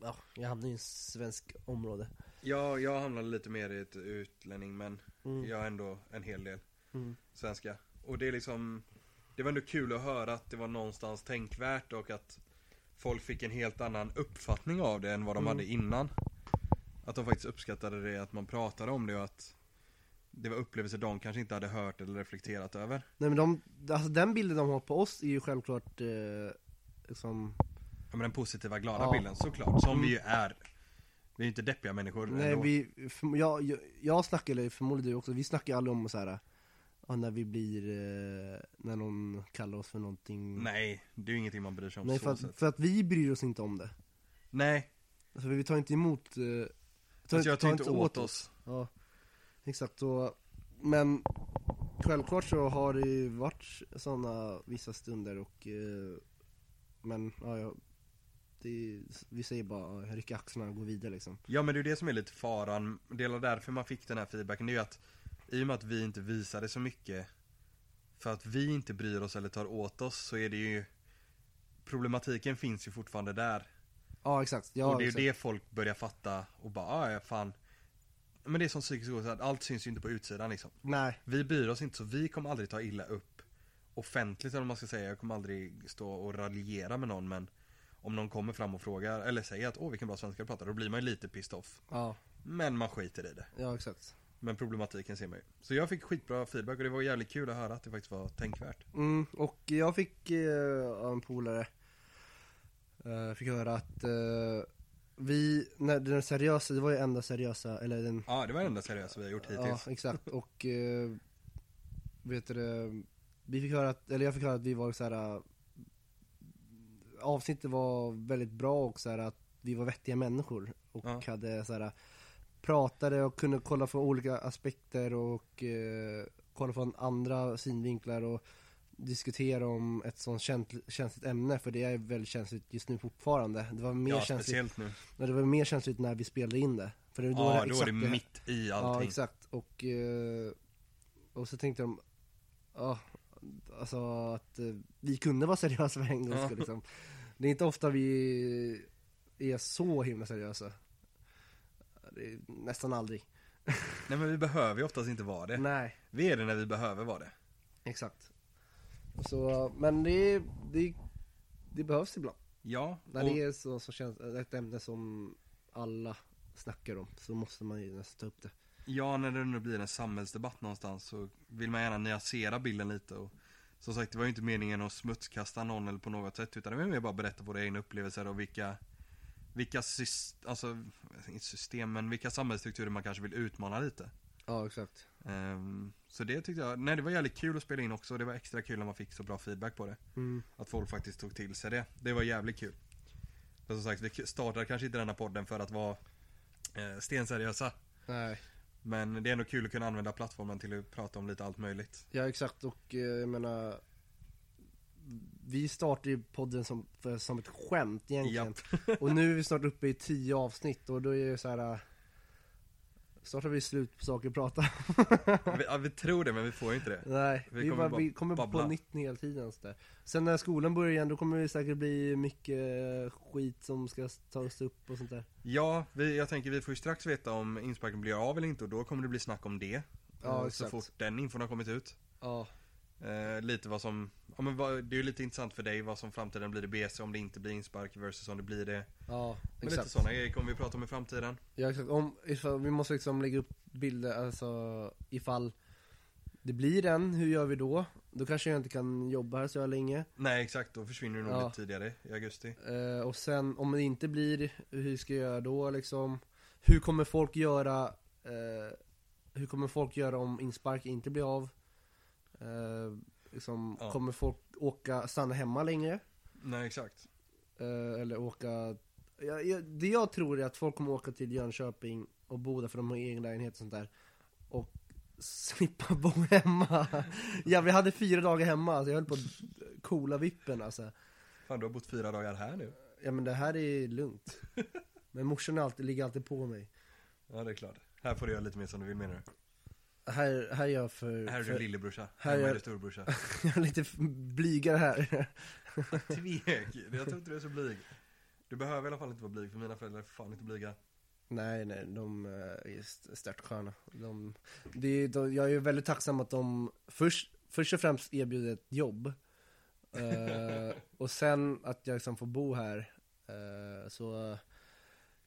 Speaker 3: ja, jag hamnar i en svensk område
Speaker 2: Ja, jag hamnade lite mer i ett utlänning men
Speaker 3: Mm.
Speaker 2: jag har ändå en hel del
Speaker 3: Mm.
Speaker 2: svenska. Och det är liksom, det var ändå kul att höra att det var någonstans tänkvärt och att folk fick en helt annan uppfattning av det än vad de
Speaker 3: Mm.
Speaker 2: hade innan. Att de faktiskt uppskattade det, att man pratade om det och att det var upplevelser de kanske inte hade hört eller reflekterat över.
Speaker 3: Nej men de, alltså den bilden de har på oss är ju självklart eh, liksom
Speaker 2: Ja men den positiva, glada
Speaker 3: Ja. Mm.
Speaker 2: bilden såklart, som vi ju är. Vi är ju inte deppiga människor.
Speaker 3: Nej
Speaker 2: ändå.
Speaker 3: vi, för, jag, jag, jag snackar, eller förmodligen du också, vi snackar ju aldrig om så här ja, när vi blir, eh, när någon kallar oss för någonting
Speaker 2: Nej, det är ju ingenting man bryr sig om
Speaker 3: Nej,
Speaker 2: så
Speaker 3: för, att,
Speaker 2: sätt.
Speaker 3: för att vi bryr oss inte om det
Speaker 2: Nej,
Speaker 3: alltså, vi tar inte emot eh, tar,
Speaker 2: alltså jag tar inte åt oss.
Speaker 3: Ja, exakt så Men självklart så har det ju varit sådana vissa stunder och eh, Men ja, jag, det, är- vi säger bara ja, rycka axlarna och gå vidare liksom
Speaker 2: Ja men det är ju det som är lite faran, det är därför man fick den här feedbacken, det är ju att i och med att vi inte visar det så mycket för att vi inte bryr oss eller tar åt oss så är det ju Problematiken finns ju fortfarande där
Speaker 3: Ja exakt, ja,
Speaker 2: och det är ju
Speaker 3: exakt.
Speaker 2: det folk börjar fatta och bara "Ah, ja fan Men det är som psykisk ohälsa, att allt syns ju inte på utsidan liksom
Speaker 3: Nej,
Speaker 2: Vi bryr oss inte så vi kommer aldrig ta illa upp offentligt eller vad man ska säga, jag kommer aldrig stå och raljera med någon men om någon kommer fram och frågar eller säger att åh vilken bra svenska du pratar, då blir man ju lite pissed off
Speaker 3: ja,
Speaker 2: men man skiter i det.
Speaker 3: ja exakt
Speaker 2: Men problematiken ser man ju. Så jag fick skitbra feedback och det var jävligt kul att höra att det faktiskt var tänkvärt.
Speaker 3: Mm, och jag fick eh, av en polare eh, Fick höra att eh, vi, när den seriösa, det var ju enda seriösa, eller den
Speaker 2: Ja, det var det enda seriösa vi har gjort hittills.
Speaker 3: Ja, exakt och eh, Vet du det, Vi fick höra att, eller jag fick höra att vi var så här. eh, Avsnittet var väldigt bra och så här att vi var vettiga människor och
Speaker 2: Ja.
Speaker 3: hade så här Pratade och kunde kolla från olika aspekter och eh, kolla från andra synvinklar och diskutera om ett sånt känt- känsligt ämne för det är väldigt känsligt just nu fortfarande. Det var mer,
Speaker 2: Ja,
Speaker 3: känsligt,
Speaker 2: speciellt nu.
Speaker 3: nej, det var mer känsligt när vi spelade in det. För det var
Speaker 2: Ja, då var
Speaker 3: exakt
Speaker 2: det
Speaker 3: här-
Speaker 2: mitt i
Speaker 3: Ja,
Speaker 2: allting.
Speaker 3: exakt. Och, eh, och så tänkte de, ja, alltså att eh, vi kunde vara seriösa för en gångs
Speaker 2: Ja.
Speaker 3: skull liksom. Det är inte ofta vi är så himla seriösa. Det är nästan aldrig.
Speaker 2: Nej men vi behöver ju oftast inte vara det.
Speaker 3: Nej,
Speaker 2: Vi är det när vi behöver vara det.
Speaker 3: exakt. Så, men det, det, det behövs ibland.
Speaker 2: Ja,
Speaker 3: När
Speaker 2: och,
Speaker 3: det är så, så känns, eh, ett ämne som alla snackar om så måste man ju nästan ta upp det.
Speaker 2: ja, när det nu blir en samhällsdebatt någonstans så vill man gärna nyansera bilden lite. Och, som sagt, det var ju inte meningen att smutskasta någon eller på något sätt utan det var mer bara att berätta våra egna upplevelser och vilka vilka system, alltså, inte system, men vilka samhällsstrukturer man kanske vill utmana lite.
Speaker 3: Ja, exakt.
Speaker 2: Ehm, så det tyckte jag, nej det var jävligt kul att spela in också och det var extra kul när man fick så bra feedback på det.
Speaker 3: Mm.
Speaker 2: Att folk faktiskt tog till sig det. Det var jävligt kul. Men som sagt, vi startar kanske inte denna podden för att vara eh, stenseriösa.
Speaker 3: Nej.
Speaker 2: Men det är ändå kul att kunna använda plattformen till att prata om lite allt möjligt.
Speaker 3: Ja exakt och eh, jag menar Vi startade ju podden som, för, som ett skämt egentligen Och nu är vi snart uppe i tio avsnitt och då är det så här eh, Snart har vi slut på saker att prata om.
Speaker 2: Vi, ja, vi tror det men vi får ju inte det.
Speaker 3: Nej,
Speaker 2: Vi
Speaker 3: vi,
Speaker 2: kommer
Speaker 3: kommer, bara,
Speaker 2: bara
Speaker 3: vi kommer
Speaker 2: babbla.
Speaker 3: på nytt hela tiden så där. Sen när skolan börjar igen då kommer det säkert bli mycket skit som ska tas upp och sånt där
Speaker 2: Ja, vi, jag tänker vi får ju strax veta om insparken blir av eller inte och då kommer det bli snack om det.
Speaker 3: Ja,
Speaker 2: Eh, Så
Speaker 3: exakt.
Speaker 2: fort den infon har kommit ut.
Speaker 3: Ja,
Speaker 2: Eh, lite vad som, ja men vad, det är ju lite intressant för dig vad som framtiden blir det BC om det inte blir inspark versus om det blir det.
Speaker 3: ja
Speaker 2: Men lite sådana grejer kommer vi prata om i framtiden.
Speaker 3: Ja exakt, om, ifall, vi måste liksom lägga upp bilder, alltså ifall det blir en, hur gör vi då? Då kanske jag inte kan jobba här så här länge.
Speaker 2: Nej exakt, då försvinner du nog
Speaker 3: Ja.
Speaker 2: lite tidigare i augusti.
Speaker 3: Eh, och sen om det inte blir, hur ska jag göra då liksom? Hur kommer folk göra, eh, hur kommer folk göra om inspark inte blir av? Eh, liksom,
Speaker 2: Ja.
Speaker 3: Kommer folk åka, stanna hemma längre?
Speaker 2: Nej exakt.
Speaker 3: Eh, eller åka... Ja, ja, det jag tror är att folk kommer åka till Jönköping och bo där för de har egen lägenhet och sånt där. Och slippa bo hemma. ja, vi hade fyra dagar hemma, alltså jag höll på att coola vippen alltså.
Speaker 2: Fan du har bott fyra dagar här nu.
Speaker 3: Ja men det här är lugnt. Men morsan är alltid, ligger alltid på mig.
Speaker 2: Ja det är klart. Här får du göra lite mer som du vill menar du.
Speaker 3: Här, här är jag för...
Speaker 2: Här är du
Speaker 3: för
Speaker 2: lillebrorsa,
Speaker 3: Eh, Här
Speaker 2: här är
Speaker 3: är-
Speaker 2: du storebrorsa.
Speaker 3: jag är lite blygare här.
Speaker 2: Tvek, jag tror inte du är så blyg. Du behöver i alla fall inte vara blyg för mina föräldrar är fan inte blyga.
Speaker 3: Nej, nej, de eh, är st- störtsköna. De, det är- de, jag är ju väldigt tacksam att de först, först och främst erbjuder ett jobb. Eh, och sen att jag liksom får bo här. Eh, så eh,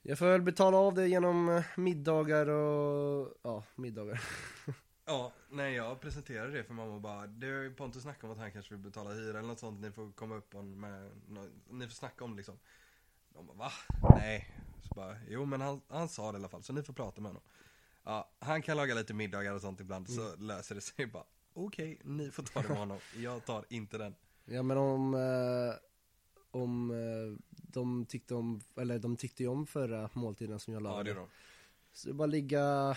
Speaker 3: jag får väl betala av det genom eh, middagar och, ja, middagar.
Speaker 2: Ja, nej jag presenterade det för mamma och bara Det är ju Pontus snackade om att han kanske vill betala hyra eller något sånt Ni får komma upp om med, nå- ni får snacka om det liksom De bara va? Nej Så bara, jo men han, han sa det i alla fall så ni får prata med honom Ja, han kan laga lite middagar och sånt ibland så löser det sig bara Okej, ni får ta det med honom Jag tar inte den
Speaker 3: Ja men om, eh, om eh, de tyckte om, eller de tyckte ju om förra måltiden som jag lagade.
Speaker 2: Ja det är de
Speaker 3: Så det är bara ligga,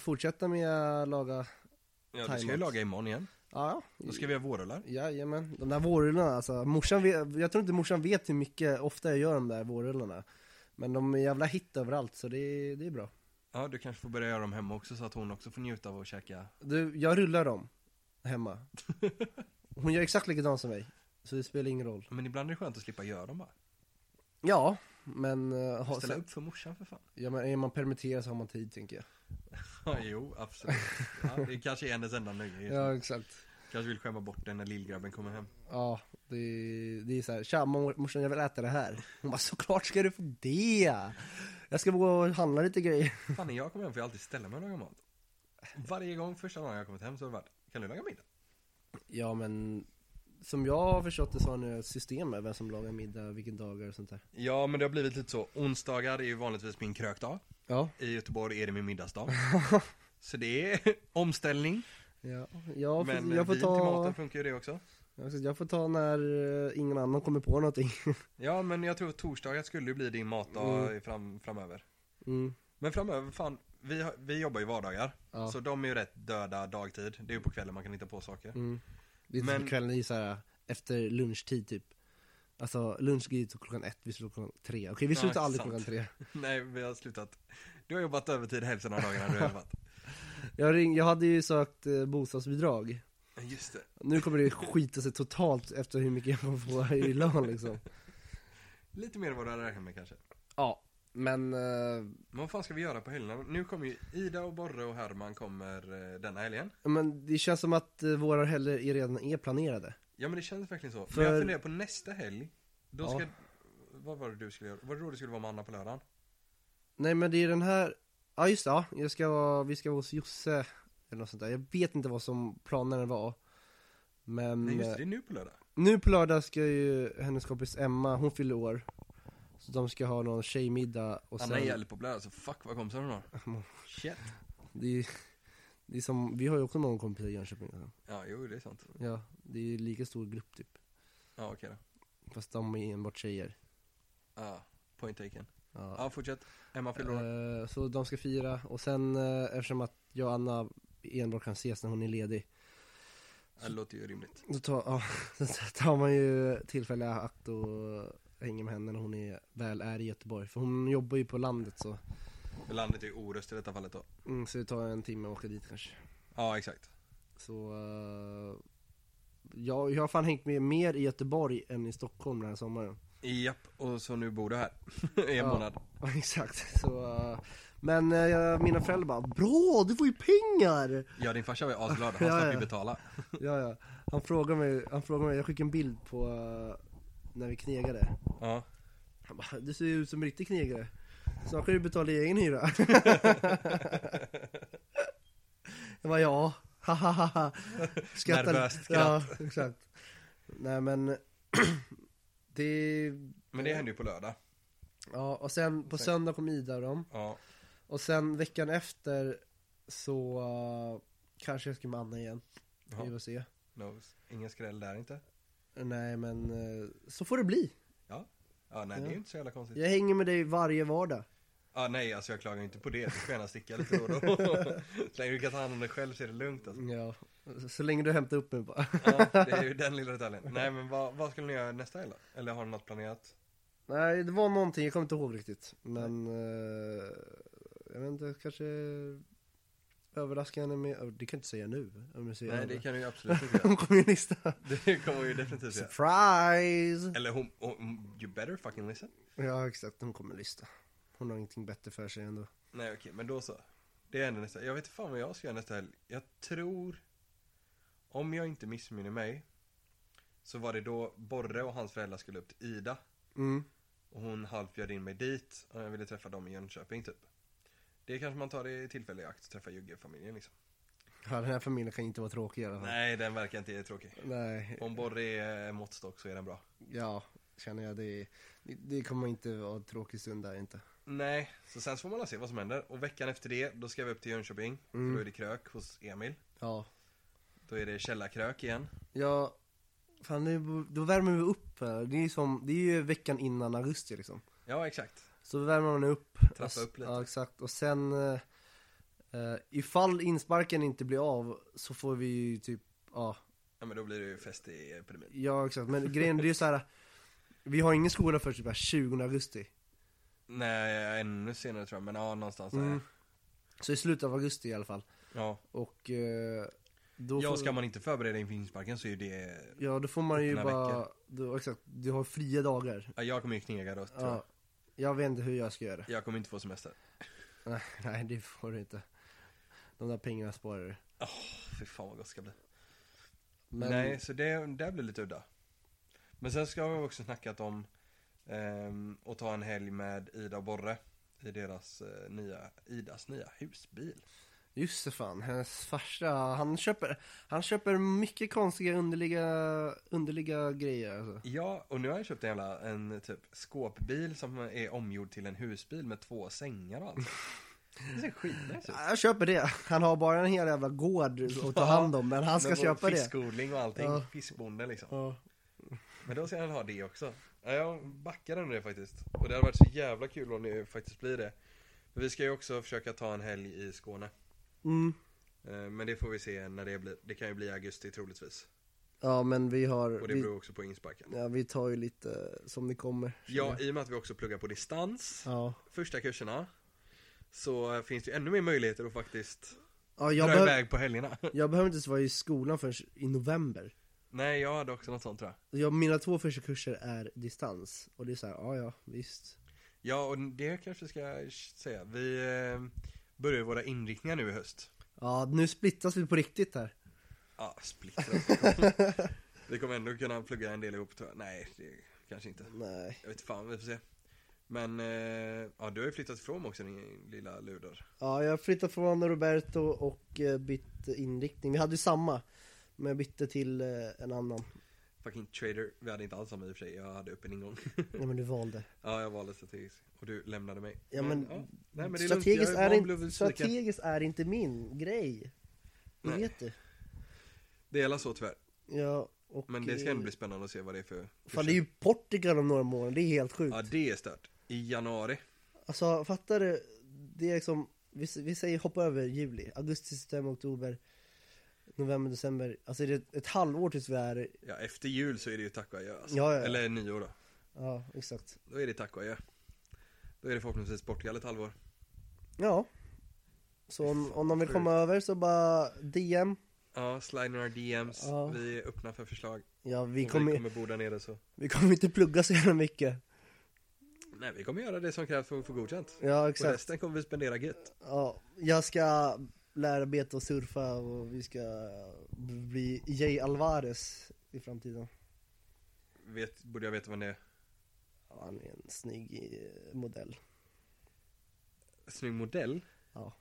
Speaker 3: fortsätta med att laga
Speaker 2: Ja du ska ju
Speaker 3: Timeout.
Speaker 2: laga imorgon igen
Speaker 3: Ja,
Speaker 2: Då ska vi ha vårrullar
Speaker 3: jajamän. De där vårrullarna alltså, morsan vet, jag tror inte morsan vet hur mycket ofta jag gör de där vårrullarna. Men de är jävla hit överallt så det är, det är bra.
Speaker 2: Ja du kanske får börja göra dem hemma också så att hon också får njuta av att käka
Speaker 3: Du, jag rullar dem hemma. Hon gör exakt likadant som mig, så det spelar ingen roll.
Speaker 2: Men ibland är det skönt att slippa göra dem bara
Speaker 3: Ja, men, eh, ha,
Speaker 2: Ställa
Speaker 3: så,
Speaker 2: upp för morsan för fan
Speaker 3: ja, men är man permitterad så har man tid tänker jag.
Speaker 2: Ja, jo, absolut. Ja, det kanske är hennes enda nöje. just nu.
Speaker 3: Ja, exakt.
Speaker 2: Kanske vill skämma bort den när lillgrabben kommer hem.
Speaker 3: Ja, det, det är så här, tja mor- morsan jag vill äta det här. Hon bara, såklart ska du få det! Jag ska gå och handla lite grejer.
Speaker 2: Fan, när jag kommer hem får jag alltid ställa mig och laga mat. Varje gång första dagen jag har kommit hem så har det varit, kan du laga middag?
Speaker 3: Ja men som jag har förstått det så har ni ett system med vem som lagar middag, vilken dagar och sånt där.
Speaker 2: Ja, men det har blivit lite så. Onsdagar är ju vanligtvis min krökdag.
Speaker 3: Ja.
Speaker 2: I Göteborg är det min middagsdag. Så det är omställning.
Speaker 3: ja. Jag, får,
Speaker 2: men
Speaker 3: jag, får
Speaker 2: vin till
Speaker 3: ta,
Speaker 2: maten funkar ju det också.
Speaker 3: jag får- jag får ta när eh, ingen annan kommer på någonting.
Speaker 2: Ja, men jag tror att torsdagar skulle ju bli din matdag i fram, framöver.
Speaker 3: Mm.
Speaker 2: Men framöver, fan, vi, har- vi jobbar ju vardagar.
Speaker 3: Ja.
Speaker 2: Så de är ju rätt döda dagtid. Det är ju på kvällen man kan hitta på saker.
Speaker 3: Mm. Det är
Speaker 2: Men-
Speaker 3: men... kvällen i så här, efter lunchtid typ. Alltså lunch går ju till klockan ett, vi slutar klockan tre. Okej vi
Speaker 2: Ja,
Speaker 3: slutar aldrig
Speaker 2: sant.
Speaker 3: klockan tre.
Speaker 2: Nej, vi har slutat. Du har jobbat övertid hälften av dagarna du har jobbat.
Speaker 3: Jag, ring, jag hade ju sökt eh, bostadsbidrag.
Speaker 2: Just det.
Speaker 3: Nu kommer det skita sig totalt efter hur mycket jag kommer få i lön liksom.
Speaker 2: Lite mer än vad du hade räknat med kanske.
Speaker 3: Ja, men eh,
Speaker 2: Men vad fan ska vi göra på helgerna? Nu kommer ju Ida och Borre och Herman kommer eh, denna helgen.
Speaker 3: men det känns som att eh, våra helger är- redan är planerade.
Speaker 2: Ja men det känns verkligen så.
Speaker 3: För-
Speaker 2: Men jag funderar på nästa helg. Då
Speaker 3: Ja.
Speaker 2: ska... Vad var det du skulle göra? Var det då du skulle vara med Anna på lördagen?
Speaker 3: Nej men det är den här, ja just det, ja, jag ska, vara- vi ska vara hos Josse eller något sånt där. Jag vet inte vad som planerna var. Men
Speaker 2: Nej just det,
Speaker 3: eh,
Speaker 2: det är nu på lördag.
Speaker 3: nu på lördag ska ju hennes kompis Emma, hon fyller år. Så de ska ha någon tjejmiddag och
Speaker 2: Anna är
Speaker 3: sen,
Speaker 2: jävligt populär alltså, fuck vad kompisar hon har. Shit.
Speaker 3: det är, det är som, vi har ju också någon kompis i Jönköping. liksom.
Speaker 2: Ja jo det är sant.
Speaker 3: Ja, det är ju lika stor grupp typ.
Speaker 2: Ja okej då.
Speaker 3: Fast de är enbart tjejer.
Speaker 2: Ja, point taken.
Speaker 3: Ja.
Speaker 2: Ja fortsätt. Emma fyller år.
Speaker 3: Eh, så de ska fira och sen eh, eftersom att jag och Anna enbart kan ses när hon är ledig.
Speaker 2: Det låter ju rimligt.
Speaker 3: Då tar, ja, så tar man ju tillfälle i akt och hänger med henne när hon är, väl är i Göteborg. För hon jobbar ju på landet så
Speaker 2: Landet är Orust i detta fallet då.
Speaker 3: Mm, så det tar en timme att åka dit kanske.
Speaker 2: Ja, exakt.
Speaker 3: Så eh, jag, jag har fan hängt med mer i Göteborg än i Stockholm den här sommaren.
Speaker 2: Japp, och så nu bor du här. I en
Speaker 3: Ja.
Speaker 2: månad.
Speaker 3: Ja, Exakt. Så, eh, men eh, mina föräldrar bara Bra, du får ju pengar!
Speaker 2: Ja, din farsa var ju asglad. Han
Speaker 3: Ja,
Speaker 2: slapp ju
Speaker 3: ja.
Speaker 2: betala.
Speaker 3: Ja, ja. Han frågade mig, han frågade mig, jag skickade en bild på eh, när vi knegade.
Speaker 2: Ja.
Speaker 3: Han bara, du ser ju ut som en riktig knegare. Snart kan du betala din egen hyra. jag bara, ja. Hahaha. Skrattar-
Speaker 2: Nervöst skratt.
Speaker 3: Ja, exakt. Nej men. det,
Speaker 2: Men det hände ju på lördag.
Speaker 3: ja och sen på
Speaker 2: Säkert.
Speaker 3: söndag kom Ida och dem.
Speaker 2: Ja.
Speaker 3: Och sen veckan efter så eh, kanske jag ska med Anna igen.
Speaker 2: Jaha.
Speaker 3: Vi får se.
Speaker 2: No, ingen skräll där inte.
Speaker 3: Nej men eh, så får det bli.
Speaker 2: Ja. Ja, nej, det är ju inte så jävla konstigt.
Speaker 3: Jag hänger med dig varje vardag.
Speaker 2: Ja, nej, alltså jag klagar ju inte på det. Du får gärna sticka lite då och då. Så länge du kan ta hand om dig själv så är det lugnt alltså.
Speaker 3: Ja, så länge du hämtar upp mig bara.
Speaker 2: Ja, det är ju den lilla detaljen. Nej, men vad, vad skulle ni göra nästa helg då? Eller har ni något planerat?
Speaker 3: Nej, det var någonting, jag kommer inte ihåg riktigt. Men, eh, jag vet inte, kanske överraska henne med, oh, det kan jag inte säga nu. Om jag säger
Speaker 2: Nej,
Speaker 3: det
Speaker 2: det kan du ju absolut inte göra.
Speaker 3: Hon kommer ju lista.
Speaker 2: Det kommer vi ju definitivt göra.
Speaker 3: Surprise!
Speaker 2: Eller hon, hon, you better fucking listen.
Speaker 3: Ja, exakt, hon kommer lista. Hon har ingenting bättre för sig ändå.
Speaker 2: Nej okej, men då så. Det är ändå nästa. Jag vet inte fan vad jag ska göra nästa helg. Jag tror, om jag inte missminner mig, så var det då Borre och hans föräldrar skulle upp till Ida.
Speaker 3: Mm.
Speaker 2: Och hon halvt bjöd in mig dit och jag ville träffa dem i Jönköping typ. Det kanske man tar det i tillfälle i akt och träffa Jugge-familjen liksom.
Speaker 3: Ja, den här familjen kan inte vara tråkig i alla fall.
Speaker 2: Nej, den verkar inte tråkig.
Speaker 3: Nej,
Speaker 2: Om Borre är en måttstock så är den bra.
Speaker 3: ja, känner jag det. Det kommer inte vara en tråkig stund där inte.
Speaker 2: Nej, så sen så får man se vad som händer. Och veckan efter det, då ska vi upp till Jönköping.
Speaker 3: Mm.
Speaker 2: För då är det krök hos Emil.
Speaker 3: Ja,
Speaker 2: Då är det källarkrök igen.
Speaker 3: ja, fan nu, då värmer vi upp här. Det är ju som, det är ju veckan innan augusti liksom.
Speaker 2: Ja, exakt.
Speaker 3: Så värmer man upp.
Speaker 2: Trappa
Speaker 3: Och s-
Speaker 2: upp lite.
Speaker 3: Ja, exakt. Och sen eh, eh, ifall insparken inte blir av så får vi ju typ, ja,
Speaker 2: Ja men då blir det ju fest i epidemin.
Speaker 3: ja exakt. Men grejen det är ju så här. Vi har ingen skola förrän typ här 20 augusti.
Speaker 2: Nej, ännu senare tror jag, men ja någonstans där.
Speaker 3: Mm. Så i slutet av augusti i alla fall.
Speaker 2: Ja.
Speaker 3: Och eh, då,
Speaker 2: ja,
Speaker 3: får,
Speaker 2: ska man inte förbereda inför insparken så är det,
Speaker 3: ja, då får man ju
Speaker 2: öppna
Speaker 3: bara,
Speaker 2: veckor.
Speaker 3: då, exakt, du har fria dagar.
Speaker 2: ja, jag kommer ju knega då tror
Speaker 3: Ja, jag vet inte hur jag ska göra.
Speaker 2: jag. Jag kommer inte få semester.
Speaker 3: Nej, Nej, det får du inte. De där pengarna sparar du.
Speaker 2: Fy fan vad gott det ska bli.
Speaker 3: Men,
Speaker 2: Nej, så det, det blir lite udda. Men sen ska vi också snackat om ehm, att ta en helg med Ida och Borre i deras eh, nya, Idas nya husbil.
Speaker 3: Just det fan, hennes farsa, han köper, han köper mycket konstiga underliga, underliga grejer alltså.
Speaker 2: Ja, och nu har jag köpt en jävla, en typ skåpbil som är omgjord till en husbil med två sängar och allt. Det ser skitnice ut.
Speaker 3: Ja, Jag köper det, han har bara en hel jävla gård att ta
Speaker 2: Typ. Ja,
Speaker 3: hand om men han ska
Speaker 2: Med vår
Speaker 3: köpa det.
Speaker 2: Fiskodling och allting,
Speaker 3: Ja.
Speaker 2: fiskbonde liksom.
Speaker 3: Ja.
Speaker 2: Men då ska han ha det också. Ja, jag backar ändå det faktiskt. Och det hade varit så jävla kul om det faktiskt blir det. Men vi ska ju också försöka ta en helg i Skåne.
Speaker 3: Mm.
Speaker 2: Eh, Men det får vi se när det blir. Det kan ju bli i augusti troligtvis.
Speaker 3: ja men vi har,
Speaker 2: Och det
Speaker 3: vi,
Speaker 2: beror också på insparken.
Speaker 3: ja, vi tar ju lite som det kommer.
Speaker 2: Ja, i och med att vi också pluggar på distans,
Speaker 3: Ja,
Speaker 2: första kurserna, så finns det ju ännu mer möjligheter att faktiskt
Speaker 3: ja
Speaker 2: dra
Speaker 3: jag, behöv,
Speaker 2: iväg på helgerna.
Speaker 3: jag behöver inte ens vara i skolan förrän i november.
Speaker 2: Nej, jag hade också något sånt tror jag.
Speaker 3: Jag, mina två första kurser är distans och det är så här, ja ja visst.
Speaker 2: Ja, och det kanske vi ska säga. Vi eh, börjar ju våra inriktningar nu i höst.
Speaker 3: Ja nu splittas vi på riktigt här.
Speaker 2: Ja, splittrat. vi kommer ändå kunna plugga en del ihop tror jag. Nej, det kanske inte.
Speaker 3: Nej.
Speaker 2: Jag vet fan, vi får se. Men, eh, ja du har ju flyttat ifrån också din lilla luder.
Speaker 3: Ja, jag flyttade från Anna Roberto och eh, bytte inriktning. Vi hade ju samma, men jag bytte till eh, en annan.
Speaker 2: Fucking trader, vi hade inte alls samma i och för sig, jag hade öppen ingång.
Speaker 3: Nej men du valde.
Speaker 2: ja, jag valde strategiskt. Och du lämnade mig.
Speaker 3: Ja, men
Speaker 2: Nej men det är lugnt,
Speaker 3: strategiskt,
Speaker 2: jag,
Speaker 3: är
Speaker 2: man blev
Speaker 3: inte,
Speaker 2: besviken.
Speaker 3: strategiskt är inte min grej. Det
Speaker 2: Nej.
Speaker 3: vet du.
Speaker 2: Det är alla så tyvärr.
Speaker 3: Ja, och,
Speaker 2: Men det ska ändå
Speaker 3: eh,
Speaker 2: bli spännande att se vad det är för
Speaker 3: Fan det är ju Portugal om några månader, det är helt sjukt.
Speaker 2: Ja, det är stört. I januari.
Speaker 3: Alltså fattar du? Det är liksom, vi, vi säger hoppa över juli, augusti, september, oktober, november, december. Alltså det är ett halvår tills vi är,
Speaker 2: Ja, efter jul så är det ju taco adjö alltså.
Speaker 3: Ja, ja, ja.
Speaker 2: Eller nyår då.
Speaker 3: ja exakt.
Speaker 2: Då är det taco adjö. Då är det förhoppningsvis Portugal ett halvår.
Speaker 3: Ja. Så om, om de vill komma över så bara DM.
Speaker 2: Ja, slide in our DMs.
Speaker 3: Ja.
Speaker 2: Vi är öppna för förslag.
Speaker 3: Ja, vi
Speaker 2: Och vi
Speaker 3: kommer,
Speaker 2: kommer bo där nere så.
Speaker 3: vi kommer inte plugga så jävla mycket.
Speaker 2: Nej, vi kommer göra det som krävs för att få godkänt.
Speaker 3: Ja,
Speaker 2: Och
Speaker 3: exakt.
Speaker 2: resten kommer vi spendera gött.
Speaker 3: Ja, jag ska lära Beta att surfa och vi ska bli Jay Alvarez i framtiden.
Speaker 2: Vet, borde jag veta vad det är?
Speaker 3: Ja, han är en snygg eh, modell.
Speaker 2: Snygg modell?
Speaker 3: Ja.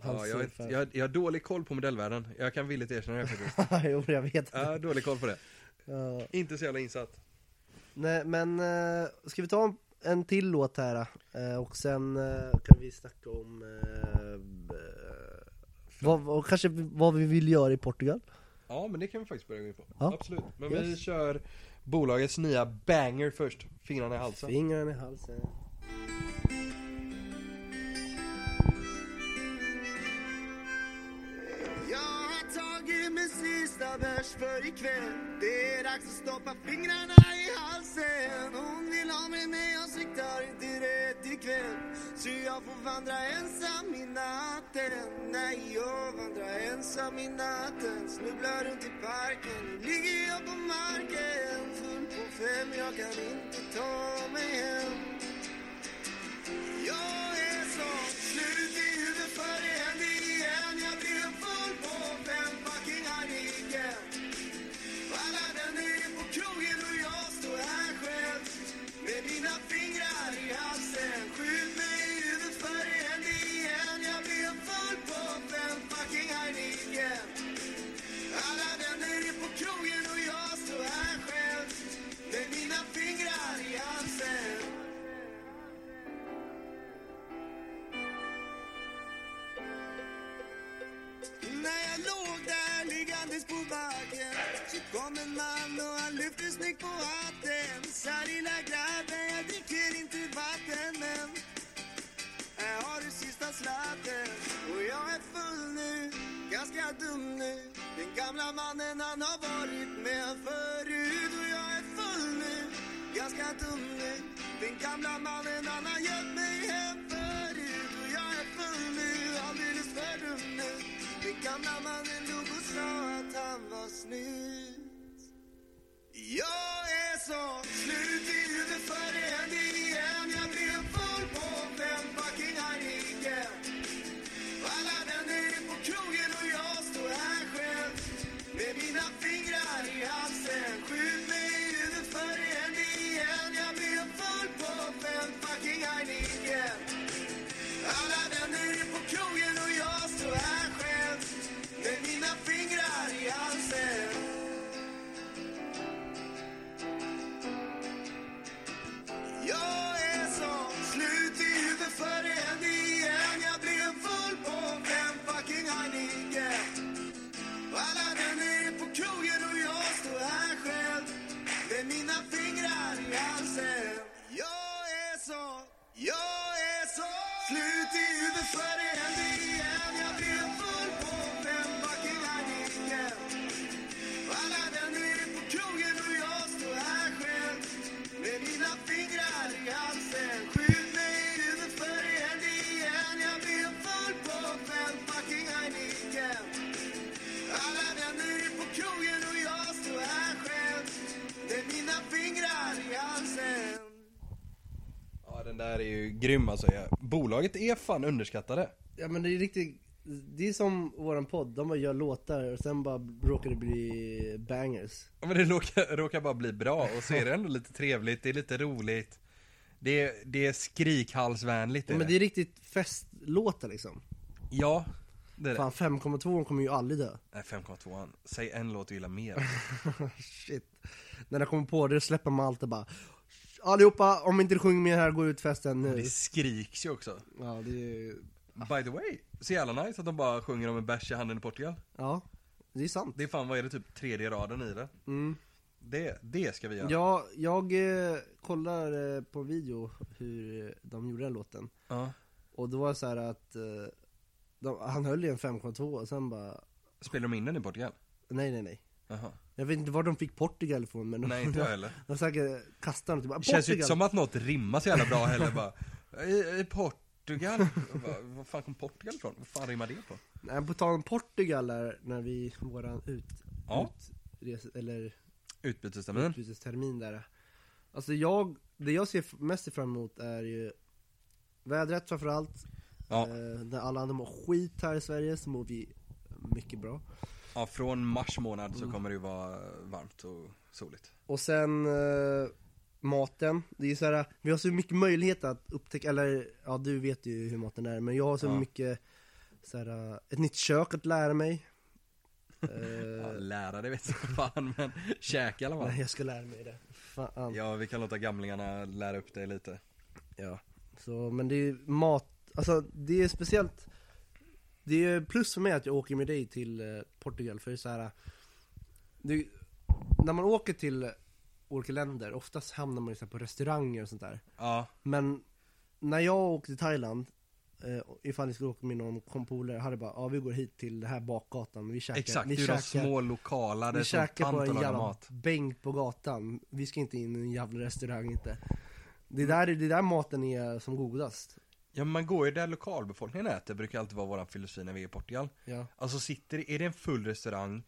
Speaker 3: Han
Speaker 2: Ja, jag, har inte-
Speaker 3: surfar.
Speaker 2: jag, jag har dålig koll på modellvärlden. Jag kan villigt erkänna det faktiskt.
Speaker 3: jo, jag vet.
Speaker 2: Jag har dålig koll på det.
Speaker 3: Ja.
Speaker 2: Inte så jävla insatt.
Speaker 3: Nej, men eh, ska vi ta en, en till låt här eh, och sen eh, kan vi snacka om eh, eh, vad, vad, kanske vad vi vill göra i Portugal.
Speaker 2: Ja, men det kan vi faktiskt börja gå in på.
Speaker 3: Ja.
Speaker 2: Absolut. Men vi
Speaker 3: Yes.
Speaker 2: kör bolagets nya banger först. Fingrarna i halsen.
Speaker 3: Fingrarna i halsen.
Speaker 1: Jag har tagit min sista bärs för ikväll Det är dags att stoppa fingrarna i halsen Hon vill ha mig men jag siktar inte rätt ikväll Så jag får vandra ensam i natten Nej, jag vandrar ensam i natten Snubblar runt i parken Nu ligger jag på marken Full på fem, jag kan inte ta mig hem jag är så slut i huvudet för det händer igen Jag blir en full på fem fucking arg igen Alla vänner är på krogen och jag står här själv Med mina fingrar i halsen Skjut mig i huvudet för det händer igen Jag blir en full på fem fucking arg igen Alla vänner är på krogen och jag står här själv Med mina fingrar i halsen När jag låg där liggandes på backen kom en man och han lyfte snyggt på hatten. Sa lilla grabben, jag dricker inte vatten men här har du sista slatten. Och jag är full nu, ganska dum nu. Den gamla mannen han har varit med förut. Och jag är full nu, ganska dum nu. Den gamla mannen han har hjälpt mig hem förut. Och jag är full nu, alldeles för dum nu. Den gamla mannen log och sa att han var snygg. Jag är så slut i huvudet för det händer igen Jag blir en full på fem fucking igen Alla vänner är på krogen och jag står här själv Med mina fingrar i halsen Skjut mig i huvudet för det händer igen Jag blir en full på fem fucking igen Alla vänner är på krogen och jag står här själv Med mina fingrar i halsen Jag är så slut i huvudet för det händer igen Jag blir en full på fem fucking Heineken Alla vänner är på krogen och jag står här själv Med mina fingrar i halsen Jag är så, jag är så slut i huvudet för det händer igen Jag blir en full på fem fucking Heineken alla vänner är på krogen och jag står här själv Med mina fingrar i halsen Skjut mig i huvudet för det händer igen Jag blir en full på fem fucking Heineken Alla vänner är på krogen och jag står här själv Med mina fingrar i halsen
Speaker 2: Ja, den där är ju grym alltså. Jag- Bolaget är fan underskattade.
Speaker 3: Ja men det är riktigt, det är som våran podd, de bara gör låtar och sen bara råkar det bli bangers.
Speaker 2: Ja, men det råkar, råkar bara bli bra och så är det ändå lite trevligt, det är lite roligt. Det är, det är skrikhalsvänligt.
Speaker 3: Ja, men det är riktigt festlåtar liksom.
Speaker 2: ja, det är det.
Speaker 3: Fan 5,2 kommer ju aldrig dö.
Speaker 2: Nej, 5,2an. Säg en låt du gillar mer.
Speaker 3: Shit. När jag kommer på det släpper man allt och bara Allihopa, om inte du sjunger med här, gå ut festen nu.
Speaker 2: Det skriks ju också.
Speaker 3: Ja, det är,
Speaker 2: By the way, så jävla nice att de bara sjunger om en bärs i handen i Portugal.
Speaker 3: ja, det är sant.
Speaker 2: Det är fan, vad är det, typ tredje raden i det?
Speaker 3: Mm.
Speaker 2: Det, det ska vi göra.
Speaker 3: Ja, jag eh, kollar eh, på video hur eh, de gjorde den låten.
Speaker 2: Ja.
Speaker 3: Och då var det så här att eh, de, han höll i en 5,2 och sen bara,
Speaker 2: Spelar de in den i Portugal?
Speaker 3: nej nej nej.
Speaker 2: Jaha.
Speaker 3: Jag vet inte var de fick Portugal ifrån men de,
Speaker 2: Nej, inte jag heller.
Speaker 3: de säkert kastade dem
Speaker 2: Det
Speaker 3: tillbaka.
Speaker 2: känns ju
Speaker 3: Portugal!
Speaker 2: inte som att något rimmar så jävla bra heller bara. I, i Portugal. Portugal? Jag bara, Vad fan kom Portugal ifrån? Vad fan rimmar det på?
Speaker 3: Nej, på tal om Portugal där, när vi, våran ut,
Speaker 2: Ja.
Speaker 3: utrese, eller
Speaker 2: Utbytestermin.
Speaker 3: utbytestermin där. Alltså jag, det jag ser f- mest fram emot är ju vädret framförallt.
Speaker 2: Ja.
Speaker 3: Eh, när alla andra mår skit här i Sverige så mår vi mycket bra.
Speaker 2: Ja, från mars månad så kommer det ju vara varmt och soligt.
Speaker 3: Och sen eh, maten. Det är ju så här, vi har så mycket möjlighet att upptäcka, eller ja du vet ju hur maten är, men jag har så
Speaker 2: Ja.
Speaker 3: mycket så här, eh, ett nytt kök att lära mig.
Speaker 2: Ja,
Speaker 3: Eh,
Speaker 2: lärare vet jag fan men käka i alla fall.
Speaker 3: nej, jag ska lära mig det. Fan.
Speaker 2: Ja, vi kan låta gamlingarna lära upp dig lite.
Speaker 3: Ja, så, men det är ju mat, alltså det är speciellt Det är plus för mig att jag åker med dig till eh, Portugal för det är så här. Det, när man åker till olika länder, oftast hamnar man ju så här på restauranger och sånt där
Speaker 2: Ja,
Speaker 3: Men när jag åkte till Thailand eh, Ifall ni skulle åka med någon kompolare, hade jag bara ja vi går hit till den här bakgatan, vi käkar,
Speaker 2: exakt.
Speaker 3: vi
Speaker 2: Det är ju de små lokala, det
Speaker 3: vi
Speaker 2: är sån
Speaker 3: käkar på
Speaker 2: tant
Speaker 3: en
Speaker 2: och lagar
Speaker 3: jävla
Speaker 2: mat.
Speaker 3: bänk på gatan. Vi ska inte in i en jävla restaurang inte. Det är där, det är där maten är som godast.
Speaker 2: Ja, men man går ju där lokalbefolkningen äter, brukar alltid vara våran filosofi när vi är i Portugal.
Speaker 3: Ja.
Speaker 2: Alltså sitter, är det en full restaurang,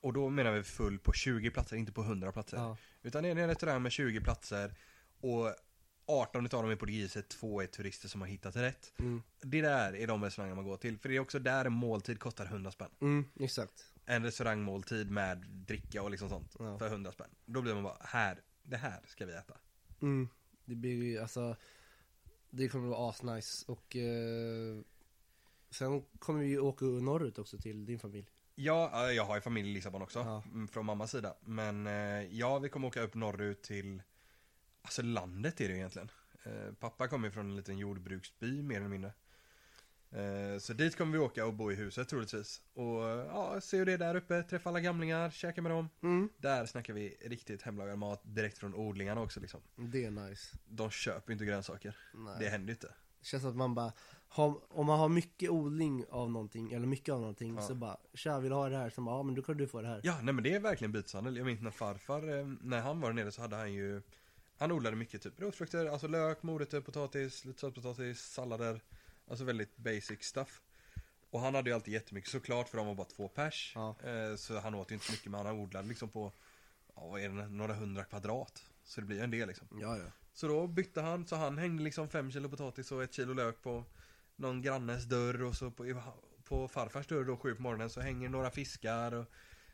Speaker 2: och då menar vi full på 20 platser, inte på 100 platser.
Speaker 3: Ja.
Speaker 2: Utan är det en restaurang med 20 platser och 18 utav dem är portugiser, två är turister som har hittat rätt.
Speaker 3: Mm.
Speaker 2: Det där är de restauranger man går till, för det är också där en måltid kostar 100 spänn.
Speaker 3: Mm, exakt.
Speaker 2: En restaurangmåltid med dricka och liksom sånt
Speaker 3: Ja.
Speaker 2: för 100 spänn. Då blir man bara, här, det här ska vi äta.
Speaker 3: Mm. Det blir ju alltså, det kommer vara asnice och eh, sen kommer vi ju åka norrut också till din familj.
Speaker 2: Ja, eh, jag har ju familj i Lissabon också,
Speaker 3: Ja.
Speaker 2: mm, från mammas sida. Men eh, ja, vi kommer åka upp norrut till, alltså landet är det ju egentligen. Eh, Pappa kommer ju från en liten jordbruksby mer eller mindre. Eh, Så dit kommer vi åka och bo i huset troligtvis. Och eh, ja, se hur det är där uppe, träffa alla gamlingar, käka med dem.
Speaker 3: Mm.
Speaker 2: Där snackar vi riktigt hemlagad mat direkt från odlingarna också liksom.
Speaker 3: Det är nice.
Speaker 2: De köper ju inte grönsaker.
Speaker 3: Nej.
Speaker 2: Det händer ju inte.
Speaker 3: Det känns att man bara, har, om man har mycket odling av någonting, eller mycket av någonting, så bara tja vill du ha det här? Så bara, ja men då kan du få det här.
Speaker 2: Ja, nej men det är verkligen byteshandel. Jag minns när farfar, eh, när han var där nere så hade han ju Han odlade mycket typ rotfrukter, alltså lök, morötter, potatis, lite sötpotatis, sallader Alltså väldigt basic stuff Och han hade ju alltid jättemycket såklart för de var bara två pers
Speaker 3: Ja.
Speaker 2: Eh, Så han åt ju inte så mycket men han odlade liksom på Ja vad är det, några hundra kvadrat Så det blir ju en del liksom
Speaker 3: ja. ja.
Speaker 2: Så då bytte han, så han hängde liksom fem kilo potatis och ett kilo lök på någon grannes dörr och så på, på farfars dörr då sju på morgonen så hänger några fiskar och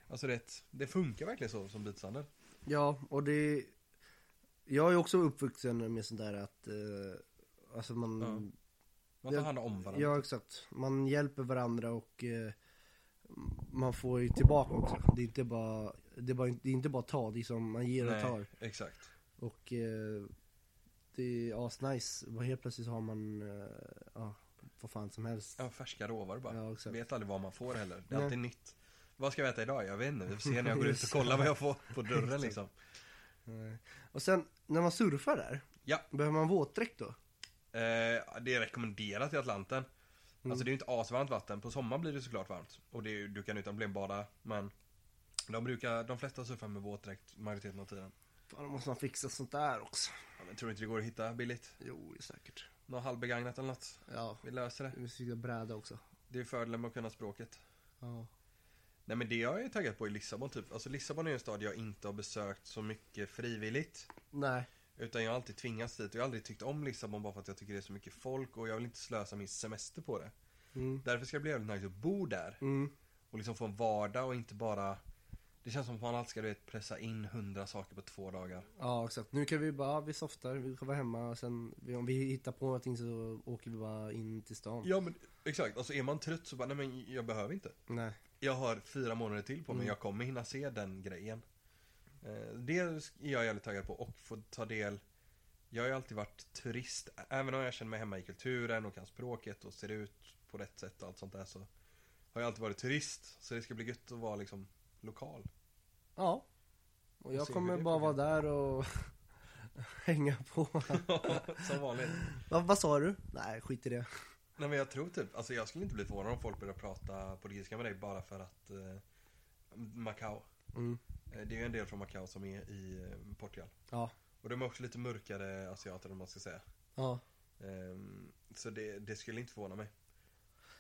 Speaker 2: Alltså det, det funkar verkligen så som byteshandel.
Speaker 3: Ja, och det... Jag är också uppvuxen med sånt där att... Eh, alltså man...
Speaker 2: Man tar
Speaker 3: Ja,
Speaker 2: hand om varandra.
Speaker 3: Ja, exakt. Man hjälper varandra och eh, man får ju tillbaka också. Det är inte bara, det är bara, det är inte bara ta, det är som man ger och tar.
Speaker 2: exakt.
Speaker 3: Och eh, det är asnice. Bara Helt plötsligt har man, eh, ja, vad fan som helst.
Speaker 2: Ja, färska råvaror bara.
Speaker 3: Ja, exakt.
Speaker 2: Vet aldrig vad man får heller. Det är
Speaker 3: Nej.
Speaker 2: alltid nytt. Vad ska vi äta idag? Jag vet inte. Vi får se när jag går ut och kollar vad jag får på dörren liksom.
Speaker 3: Nej. Och sen, när man surfar där,
Speaker 2: Ja,
Speaker 3: behöver man våtdräkt då?
Speaker 2: eh, det är rekommenderat i Atlanten. Alltså det är ju inte asvarmt vatten. På sommaren blir det såklart varmt. Och det är, ju- du kan utan problem bada. Men de brukar, de flesta surfar med våtdräkt majoriteten av tiden.
Speaker 3: Fan, då måste man fixa sånt där också.
Speaker 2: Ja, men tror inte det går att hitta billigt.
Speaker 3: Jo, det är säkert.
Speaker 2: Något halvbegagnat eller något.
Speaker 3: Ja,
Speaker 2: Vi löser det.
Speaker 3: vi måste fixa bräda också.
Speaker 2: Det är fördelen med att kunna språket.
Speaker 3: Ja.
Speaker 2: Nej men det jag är taggad på är Lissabon typ. Alltså Lissabon är ju en stad jag inte har besökt så mycket frivilligt.
Speaker 3: Nej.
Speaker 2: Utan jag har alltid tvingats dit och jag har aldrig tyckt om Lissabon bara för att jag tycker det är så mycket folk och jag vill inte slösa min semester på det.
Speaker 3: Mm.
Speaker 2: Därför ska det bli jävligt nice att bo där
Speaker 3: Mm.
Speaker 2: och liksom få en vardag och inte bara Det känns som att man alltid ska du vet, pressa in hundra saker på två dagar.
Speaker 3: Ja exakt, nu kan vi bara, ja, vi softar, vi kan vara hemma och sen vi- om vi hittar på någonting så åker vi bara in till stan.
Speaker 2: Ja men exakt, alltså är man trött så bara nej men jag behöver inte.
Speaker 3: Nej.
Speaker 2: Jag har fyra månader till på mig, jag kommer hinna se den grejen. Eh, Det är jag jävligt taggad på och få ta del Jag har ju alltid varit turist, även om jag känner mig hemma i kulturen och kan språket och ser ut på rätt sätt och allt sånt där så Har jag alltid varit turist, så det ska bli gött att vara liksom lokal.
Speaker 3: Ja. Och jag
Speaker 2: Jag ser hur
Speaker 3: kommer
Speaker 2: det
Speaker 3: bara vara
Speaker 2: funkar.
Speaker 3: där och hänga på.
Speaker 2: Som vanligt.
Speaker 3: vad, vad sa du? Nej, skit i det.
Speaker 2: Nej men jag tror typ, alltså jag skulle inte bli förvånad om folk börjar prata portugisiska med dig bara för att eh, Macau
Speaker 3: Mm.
Speaker 2: Eh, Det är ju en del från Macau som är i eh, Portugal
Speaker 3: Ja.
Speaker 2: Och de är också lite mörkare asiater om man ska säga
Speaker 3: Ja.
Speaker 2: Ehm, så det, det skulle inte förvåna mig.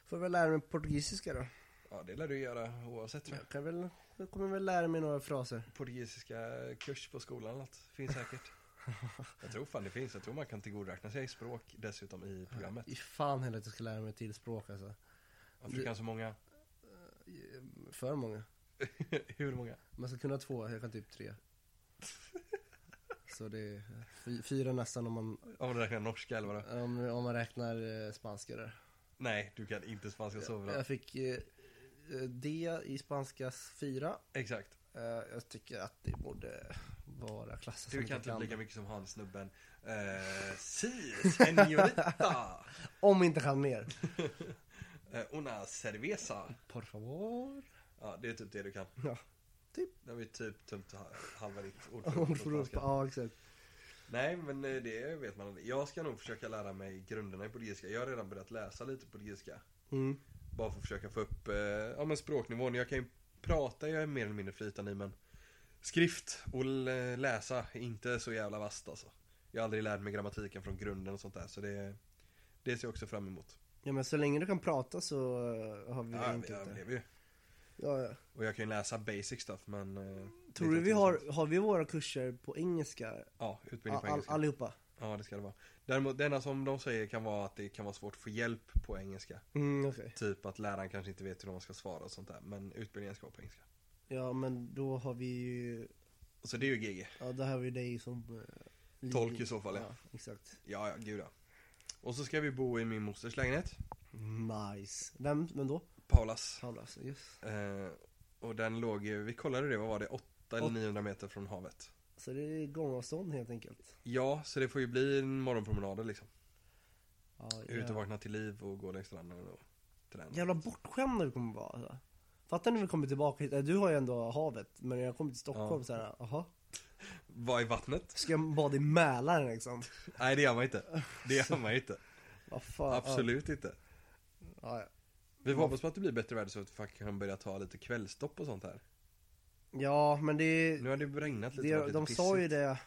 Speaker 3: Får väl lära mig portugisiska då.
Speaker 2: Ja, det lär du göra oavsett tror jag.
Speaker 3: Jag, kan väl, jag kommer väl lära mig några fraser.
Speaker 2: Portugisiska kurs på skolan eller något. Finns säkert. jag tror fan det finns. Jag tror man kan tillgodoräkna sig språk dessutom i programmet.
Speaker 3: I fan heller att jag ska lära mig till språk alltså.
Speaker 2: Varför du kan så många?
Speaker 3: För många.
Speaker 2: Hur många?
Speaker 3: Man ska kunna två, jag kan typ tre. Så det är fy- fyra nästan om man,
Speaker 2: Om du räknar norska eller vadå?
Speaker 3: om, om man räknar eh, spanska där.
Speaker 2: Nej, du kan inte spanska så bra.
Speaker 3: Jag fick eh, eh, D i spanskas fyra.
Speaker 2: Exakt.
Speaker 3: Eh, jag tycker att det borde vara klassat
Speaker 2: Du
Speaker 3: som
Speaker 2: kan
Speaker 3: att jag
Speaker 2: typ lika mycket som han snubben. Eh, si, senorita.
Speaker 3: Om inte kan mer.
Speaker 2: Eh, una cerveza.
Speaker 3: Por favor.
Speaker 2: Ja, det är typ det du kan.
Speaker 3: Ja, typ.
Speaker 2: Det har vi typ tömt ha- halva ditt ordförråd.
Speaker 3: Ord
Speaker 2: på
Speaker 3: för ord.
Speaker 2: franska.
Speaker 3: Ja, exakt.
Speaker 2: Nej, men eh, det vet man aldrig. Jag ska nog försöka lära mig grunderna i portugisiska. Jag har redan börjat läsa lite portugisiska.
Speaker 3: Mm.
Speaker 2: Bara för att försöka få upp eh, ja, men språknivån. Jag kan ju prata, jag är mer eller mindre flytande i, men skrift och l- läsa är inte så jävla vasst alltså. Jag har aldrig lärt mig grammatiken från grunden och sånt där, så det, det ser jag också fram emot.
Speaker 3: Ja, men så länge du kan prata så eh, har vi
Speaker 2: Ja,
Speaker 3: inte
Speaker 2: jag
Speaker 3: det.
Speaker 2: blev ju.
Speaker 3: Ja, ja.
Speaker 2: Och jag kan ju läsa basic stuff men... eh,
Speaker 3: Tror du vi
Speaker 2: litteratur och sånt.
Speaker 3: har, har vi våra kurser på engelska?
Speaker 2: Ja, utbildning på
Speaker 3: All,
Speaker 2: engelska.
Speaker 3: allihopa?
Speaker 2: Ja, det ska det vara. Däremot, det enda som de säger kan vara att det kan vara svårt att få hjälp på engelska.
Speaker 3: Mm, okej.
Speaker 2: Typ att läraren kanske inte vet hur de ska svara och sånt där. Men utbildningen ska vara på engelska.
Speaker 3: Ja, men då har vi ju,
Speaker 2: Så det är ju GG.
Speaker 3: ja då har vi dig som... eh,
Speaker 2: Tolk i så fall, ja.
Speaker 3: Ja, exakt.
Speaker 2: Ja, ja, gud ja. Och så ska vi bo i min mosters lägenhet.
Speaker 3: Nice. Vem, vem då?
Speaker 2: Paulas.
Speaker 3: Paula, alltså, yes.
Speaker 2: Eh, och den låg ju, vi kollade det, vad var det? 8 eller
Speaker 3: Åt-
Speaker 2: 900 meter från havet.
Speaker 3: Så det är gångavstånd helt enkelt.
Speaker 2: Ja, så det får ju bli en morgonpromenader liksom.
Speaker 3: Ja,
Speaker 2: Ut och
Speaker 3: jävlar.
Speaker 2: vakna till liv och gå längs stranden och träna.
Speaker 3: Jävla bortskämda vi kommer vara. Alltså. Fattar när vi kommer tillbaka hit. Eh, Du har ju ändå havet, men när jag kommer till Stockholm
Speaker 2: Ja.
Speaker 3: så här, jaha.
Speaker 2: Vad är vattnet?
Speaker 3: Ska jag bada i Mälaren liksom?
Speaker 2: Nej det gör man inte. Det gör man inte.
Speaker 3: Vad fan.
Speaker 2: Absolut inte.
Speaker 3: Ja, ja.
Speaker 2: Vi får hoppas på att det blir bättre väder så att vi faktiskt kan börja ta lite kvällstopp och sånt här.
Speaker 3: ja, men det är...
Speaker 2: Nu har det regnat lite. varit
Speaker 3: Det,
Speaker 2: lite
Speaker 3: de sa ju
Speaker 2: pissigt.
Speaker 3: det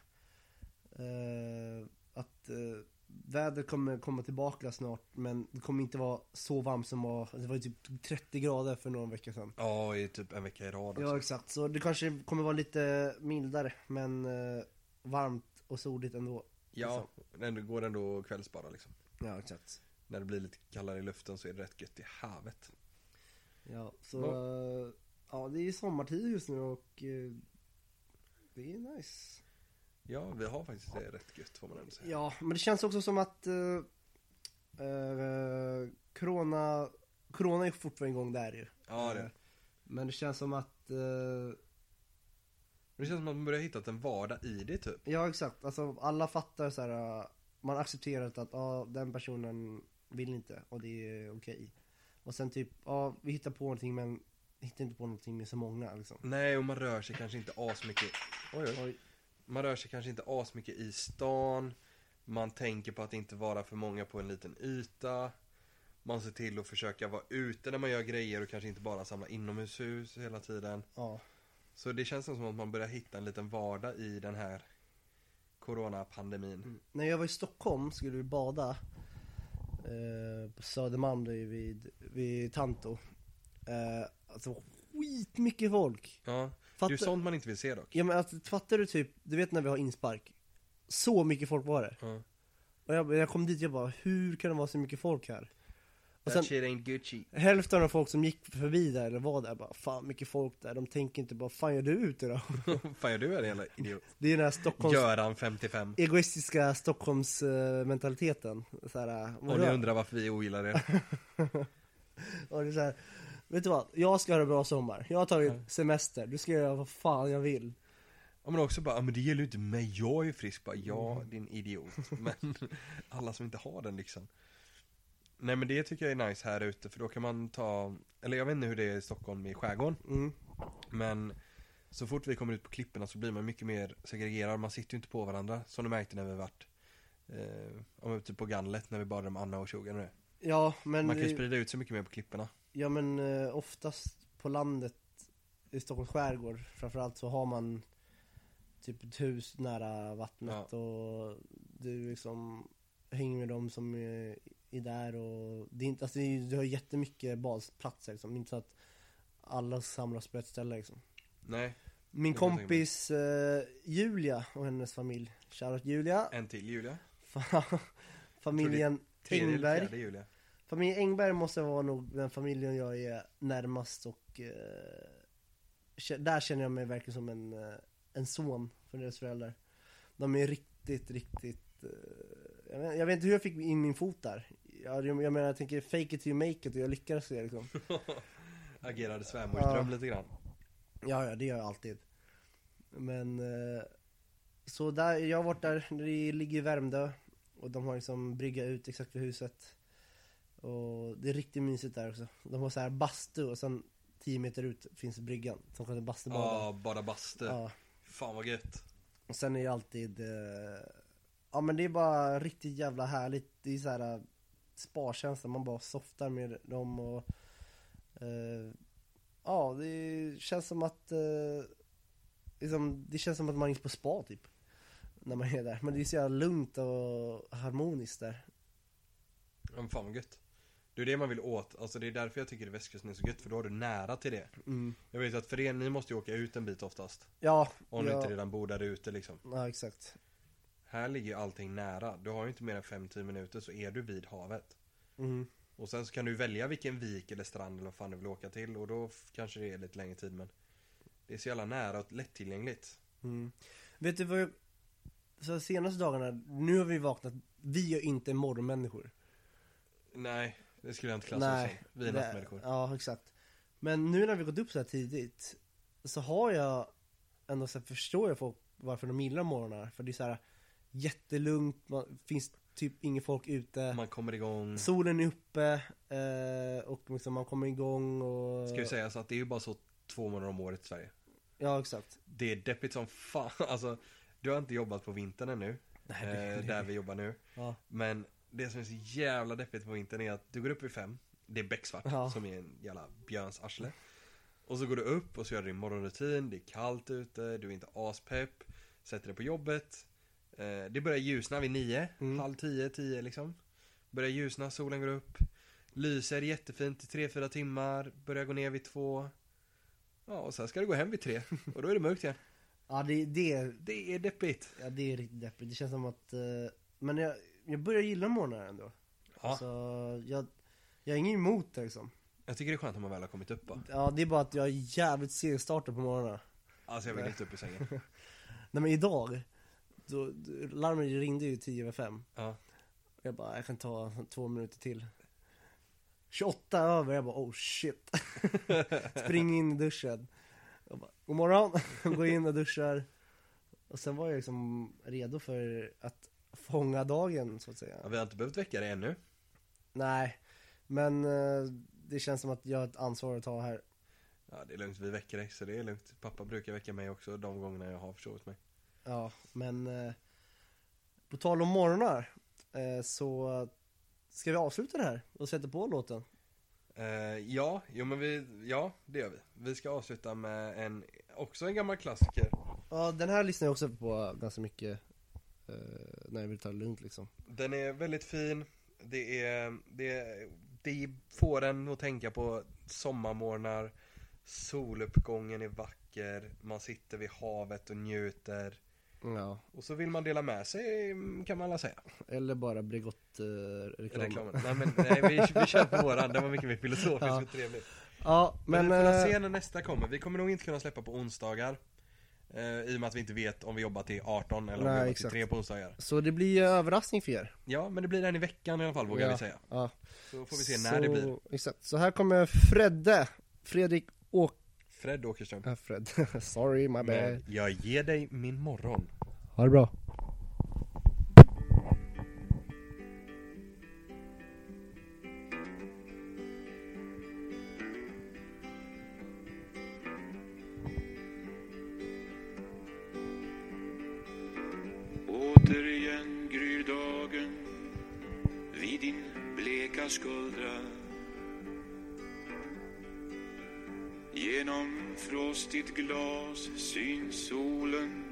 Speaker 3: eh, att eh, vädret kommer komma tillbaka snart men det kommer inte vara så varmt som var, det var ju typ 30 grader för någon vecka sedan.
Speaker 2: Ja, i typ en vecka i rad också.
Speaker 3: Ja exakt, så det kanske kommer vara lite mildare men eh, varmt och soligt ändå.
Speaker 2: Ja, men det går ändå kvällsbara liksom.
Speaker 3: Ja exakt.
Speaker 2: När det blir lite kallare i luften så är det rätt gött i havet.
Speaker 3: Ja, så eh, ja det är ju sommartid just nu och eh, det är nice.
Speaker 2: Ja, vi har faktiskt det rätt gött får man ändå säga.
Speaker 3: Ja, men det känns också som att eh, eh, corona, corona är fortfarande igång där ju.
Speaker 2: Ja,
Speaker 3: Eh,
Speaker 2: det.
Speaker 3: Men det känns som att, eh,
Speaker 2: Det känns som att man börjar hitta en vardag i det typ.
Speaker 3: ja exakt, alltså alla fattar så här. eh, man accepterar att ja, den personen vill inte och det är okej. Och sen typ, ja vi hittar på någonting men hittar inte på någonting med så många liksom.
Speaker 2: Nej, och man rör sig kanske inte asmycket. Oj, oj.
Speaker 3: Oj,
Speaker 2: Man rör sig kanske inte asmycket i stan. Man tänker på att inte vara för många på en liten yta. Man ser till att försöka vara ute när man gör grejer och kanske inte bara samla inomhushus hela tiden.
Speaker 3: ja.
Speaker 2: Så det känns som att man börjar hitta en liten vardag i den här coronapandemin.
Speaker 3: När jag var i Stockholm skulle vi bada eh, på Södermalm där vid, vid Tanto. Eh, alltså skitmycket folk.
Speaker 2: Ja, det är ju
Speaker 3: Fattar,
Speaker 2: sånt man inte vill se dock.
Speaker 3: ja, men, alltså, fattar du typ, du vet när vi har inspark? Så mycket folk var det.
Speaker 2: Ja.
Speaker 3: Och jag, jag kom dit jag bara, hur kan det vara så mycket folk här? Och sen
Speaker 2: shit ain't Gucci.
Speaker 3: hälften av de folk som gick förbi där eller var där bara, fan mycket folk där. De tänker inte bara, fan gör du ute då?
Speaker 2: Fan gör du är det hela idiot.
Speaker 3: Det är den här Stockholms,
Speaker 2: Göran 55.
Speaker 3: egoistiska Stockholms eh, mentaliteten. Så här, eh,
Speaker 2: Om
Speaker 3: vadå?
Speaker 2: ni undrar varför vi ogillar det.
Speaker 3: Och det är så här, vet du vad? Jag ska ha en bra sommar. Jag har tagit semester. Du ska göra vad fan jag vill.
Speaker 2: Ja men också bara, ja, men det gäller ju inte mig, jag är ju frisk. Bara,
Speaker 3: Mm.
Speaker 2: ja din idiot. Men alla som inte har den liksom. Nej men det tycker jag är nice här ute för då kan man ta, eller jag vet inte hur det är i Stockholm i skärgården.
Speaker 3: Mm.
Speaker 2: Men så fort vi kommer ut på klipporna så blir man mycket mer segregerad, man sitter ju inte på varandra. Som du märkte när vi vart, eh, om ute på Ganlet när vi badade med Anna och tjogen och det.
Speaker 3: Ja, men,
Speaker 2: Man kan ju
Speaker 3: vi-
Speaker 2: sprida ut sig mycket mer på klipporna.
Speaker 3: ja, men eh, oftast på landet i Stockholms skärgård framförallt så har man typ ett hus nära vattnet och du liksom hänger med dem som eh, är där och det är inte, alltså det är, ju- du har jättemycket badplatser liksom. Det är inte så att alla samlas på ett ställe liksom.
Speaker 2: Nej,
Speaker 3: Min
Speaker 2: Det kan jag
Speaker 3: kompis eh, Julia och hennes familj, shoutout Julia,
Speaker 2: en till Julia.
Speaker 3: Fa- familjen
Speaker 2: Tredje eller
Speaker 3: Engberg.
Speaker 2: fjärde Julia.
Speaker 3: Familjen Engberg måste vara nog den familjen jag är närmast och eh, kä- där känner jag mig verkligen som en, eh, en son för deras föräldrar. De är riktigt, riktigt, eh, jag, vet, jag vet inte hur jag fick in min fot där. Jag, jag menar, jag tänker fake it till you make it och jag lyckades det liksom.
Speaker 2: Agerade svärmorsdröm lite grann.
Speaker 3: Ja, ja, det gör jag alltid. Men eh, så där, jag har varit där, det ligger i Värmdö och de har liksom brygga ut exakt vid huset. Och det är riktigt mysigt där också. De har så här bastu och sen 10 meter ut finns bryggan som sköter bastubada.
Speaker 2: Ja, bara bastu.
Speaker 3: Ja.
Speaker 2: Fan vad gött.
Speaker 3: Och sen är det alltid, eh, ja men det är bara riktigt jävla härligt. Det är så här eh, sparkänsla, man bara softar med dem och eh, ja det känns som att eh, liksom, det känns som att man är på spa typ. När man är där. Men det är så jävla lugnt och harmoniskt där.
Speaker 2: Ja, men fan vad gött. Det är det man vill åt. Alltså det är därför jag tycker västkusten är så gött, för då har du nära till det. Jag vet att för er, ni måste ju åka ut en bit oftast.
Speaker 3: Ja,
Speaker 2: Om du
Speaker 3: ja,
Speaker 2: inte redan bor där ute liksom.
Speaker 3: ja exakt.
Speaker 2: Här ligger ju allting nära. Du har ju inte mer än 5-10 minuter så är du vid havet.
Speaker 3: Mm.
Speaker 2: Och sen så kan du välja vilken vik eller strand eller vad fan du vill åka till och då f- kanske det är lite längre tid men det är så jävla nära och lättillgängligt.
Speaker 3: Mm. Vet du vad jag, så de senaste dagarna, nu har vi vaknat, vi är inte morgonmänniskor.
Speaker 2: Nej, det skulle jag inte klassa Nej, som. Vi är
Speaker 3: det-
Speaker 2: nattmänniskor.
Speaker 3: Ja, exakt. Men nu när vi gått upp så här tidigt så har jag ändå så här, förstår jag folk varför de gillar morgnar. För det är så här jättelugnt, man, finns typ inget folk ute.
Speaker 2: Man kommer igång.
Speaker 3: Solen är uppe eh, och liksom man kommer igång och...
Speaker 2: Ska ju säga så att det är ju bara så två månader om året i Sverige.
Speaker 3: Ja, exakt.
Speaker 2: Det är deppigt som fan. Alltså, du har inte jobbat på vintern ännu.
Speaker 3: Nej,
Speaker 2: eh,
Speaker 3: det-
Speaker 2: där vi jobbar nu.
Speaker 3: Ja.
Speaker 2: Men det som är så jävla deppigt på vintern är att du går upp vid fem, det är becksvart
Speaker 3: Ja.
Speaker 2: som är en jävla björns arsle. Och så går du upp och så gör du din morgonrutin, det är kallt ute, du är inte aspepp, sätter dig på jobbet. Eh, det börjar ljusna vid nio,
Speaker 3: Mm.
Speaker 2: halv tio, tio liksom. Börjar ljusna, solen går upp. Lyser jättefint i tre, fyra timmar, börjar gå ner vid två. Ja, och sen ska du gå hem vid tre och då är det mörkt igen.
Speaker 3: Ja, det, det, är-
Speaker 2: Det är deppigt.
Speaker 3: ja, det är riktigt deppigt. Det känns som att... Eh, men jag, jag börjar gilla morgnar ändå.
Speaker 2: Ja,
Speaker 3: Så jag, jag är inget emot det liksom.
Speaker 2: jag tycker det är skönt när man väl har kommit upp va?
Speaker 3: Ja, det är bara att jag är jävligt segstartad på morgnarna.
Speaker 2: Alltså jag vill inte upp i sängen.
Speaker 3: Nej men idag, då, då- larmet ringde ju 10 över 5.
Speaker 2: Ja.
Speaker 3: Jag bara, jag kan ta två minuter till. 28 över, jag bara oh shit. Spring in i duschen. Jag bara, God morgon, går in och duschar. Och sen var jag liksom redo för att fånga dagen så att säga.
Speaker 2: Ja, vi har inte behövt väcka dig ännu.
Speaker 3: Nej, men eh, det känns som att jag har ett ansvar att ta här.
Speaker 2: Ja, det är lugnt, vi väcker dig så det är lugnt. Pappa brukar väcka mig också de gångerna jag har försovit mig.
Speaker 3: Ja, men eh, på tal om morgnar eh, så ska vi avsluta det här och sätta på låten.
Speaker 2: Eh, ja, jo men vi, ja det gör vi. Vi ska avsluta med en, också en gammal klassiker.
Speaker 3: Ja, den här lyssnar jag också på ganska mycket eh, när jag vill ta det lugnt liksom.
Speaker 2: Den är väldigt fin, det är, det, det får en att tänka på sommarmorgnar, soluppgången är vacker, man sitter vid havet och njuter.
Speaker 3: Ja,
Speaker 2: Och så vill man dela med sig kan man alla säga.
Speaker 3: eller bara Bregott-reklamen.
Speaker 2: Reklamen. Nej men nej, vi, vi kör på våran, den var mycket mer filosofisk
Speaker 3: Ja.
Speaker 2: och trevlig.
Speaker 3: ja, men...
Speaker 2: Men vi får
Speaker 3: eh,
Speaker 2: se när nästa kommer. Vi kommer nog inte kunna släppa på onsdagar. Eh, I och med att vi inte vet om vi jobbar till 18 eller om
Speaker 3: Nej,
Speaker 2: vi jobbar till
Speaker 3: exakt.
Speaker 2: 3 på onsdagar.
Speaker 3: så det blir ju överraskning för er.
Speaker 2: Ja, men det blir den i veckan i alla fall vågar
Speaker 3: ja,
Speaker 2: vi säga.
Speaker 3: Ja.
Speaker 2: Så får vi se när det blir.
Speaker 3: Exakt, så här kommer Fredde, Fredrik Åk...
Speaker 2: Fred Åkerström.
Speaker 3: Äh, Fred. Sorry, my bad.
Speaker 2: Men jag ger dig min morgon.
Speaker 3: Ha det bra.
Speaker 4: Återigen gryr dagen vid din bleka skuldra Genom frostigt glas syns solen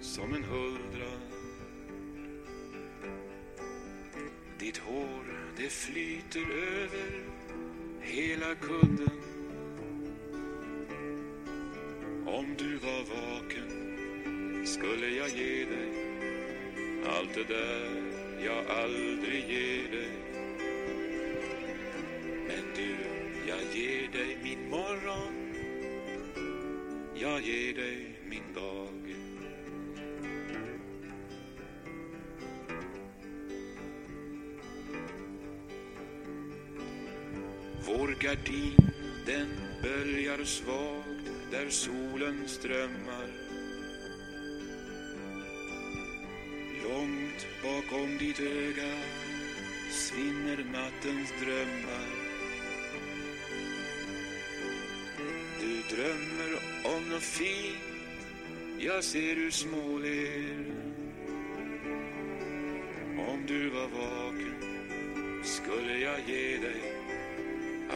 Speaker 4: som en huldra Ditt hår, det flyter över hela kudden. Om du var vaken skulle jag ge dig allt det där jag aldrig ger dig. Men du, jag ger dig min morgon. Jag ger dig min dag. Vår gardin, den böljar svagt där solen strömmar. Långt bakom ditt öga svinner nattens drömmar. Du drömmer om något fint, jag ser du småler. Om du var vaken skulle jag ge dig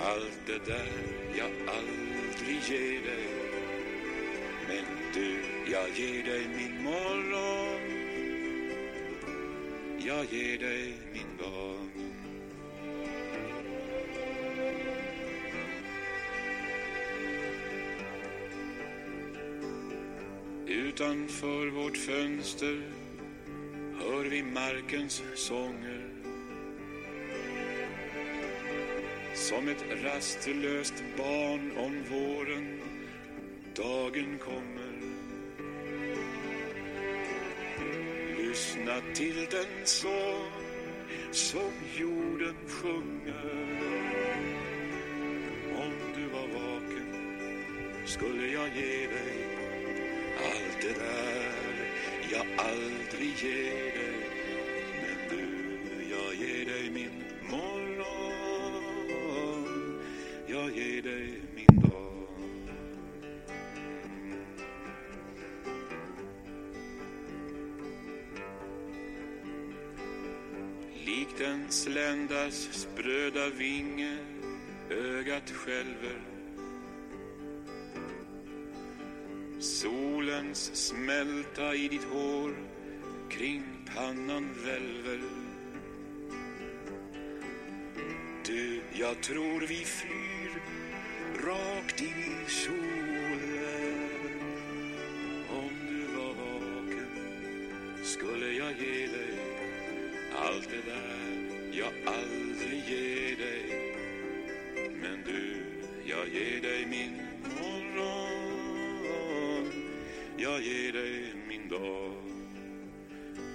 Speaker 4: allt det där jag aldrig ger dig Men du, jag ger dig min morgon Jag ger dig min dag Utanför vårt fönster hör vi markens sånger Som ett rastlöst barn om våren dagen kommer. Lyssna till den sång som jorden sjunger. Om du var vaken skulle jag ge dig allt det där jag aldrig ger dig. Men du, jag ger dig min morgon. Jag ger dig min dag. Likt en sländas spröda vinge ögat skälver. Solens smälta i ditt hår kring pannan välver. Du, jag tror vi flyr rakt in i solen. Om du var vaken skulle jag ge dig allt det där jag aldrig ger dig. Men du, jag ger dig min morgon. Jag ger dig min dag.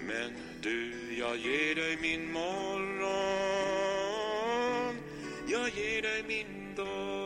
Speaker 4: Men du, jag ger dig min morgon Jag ger dig min dag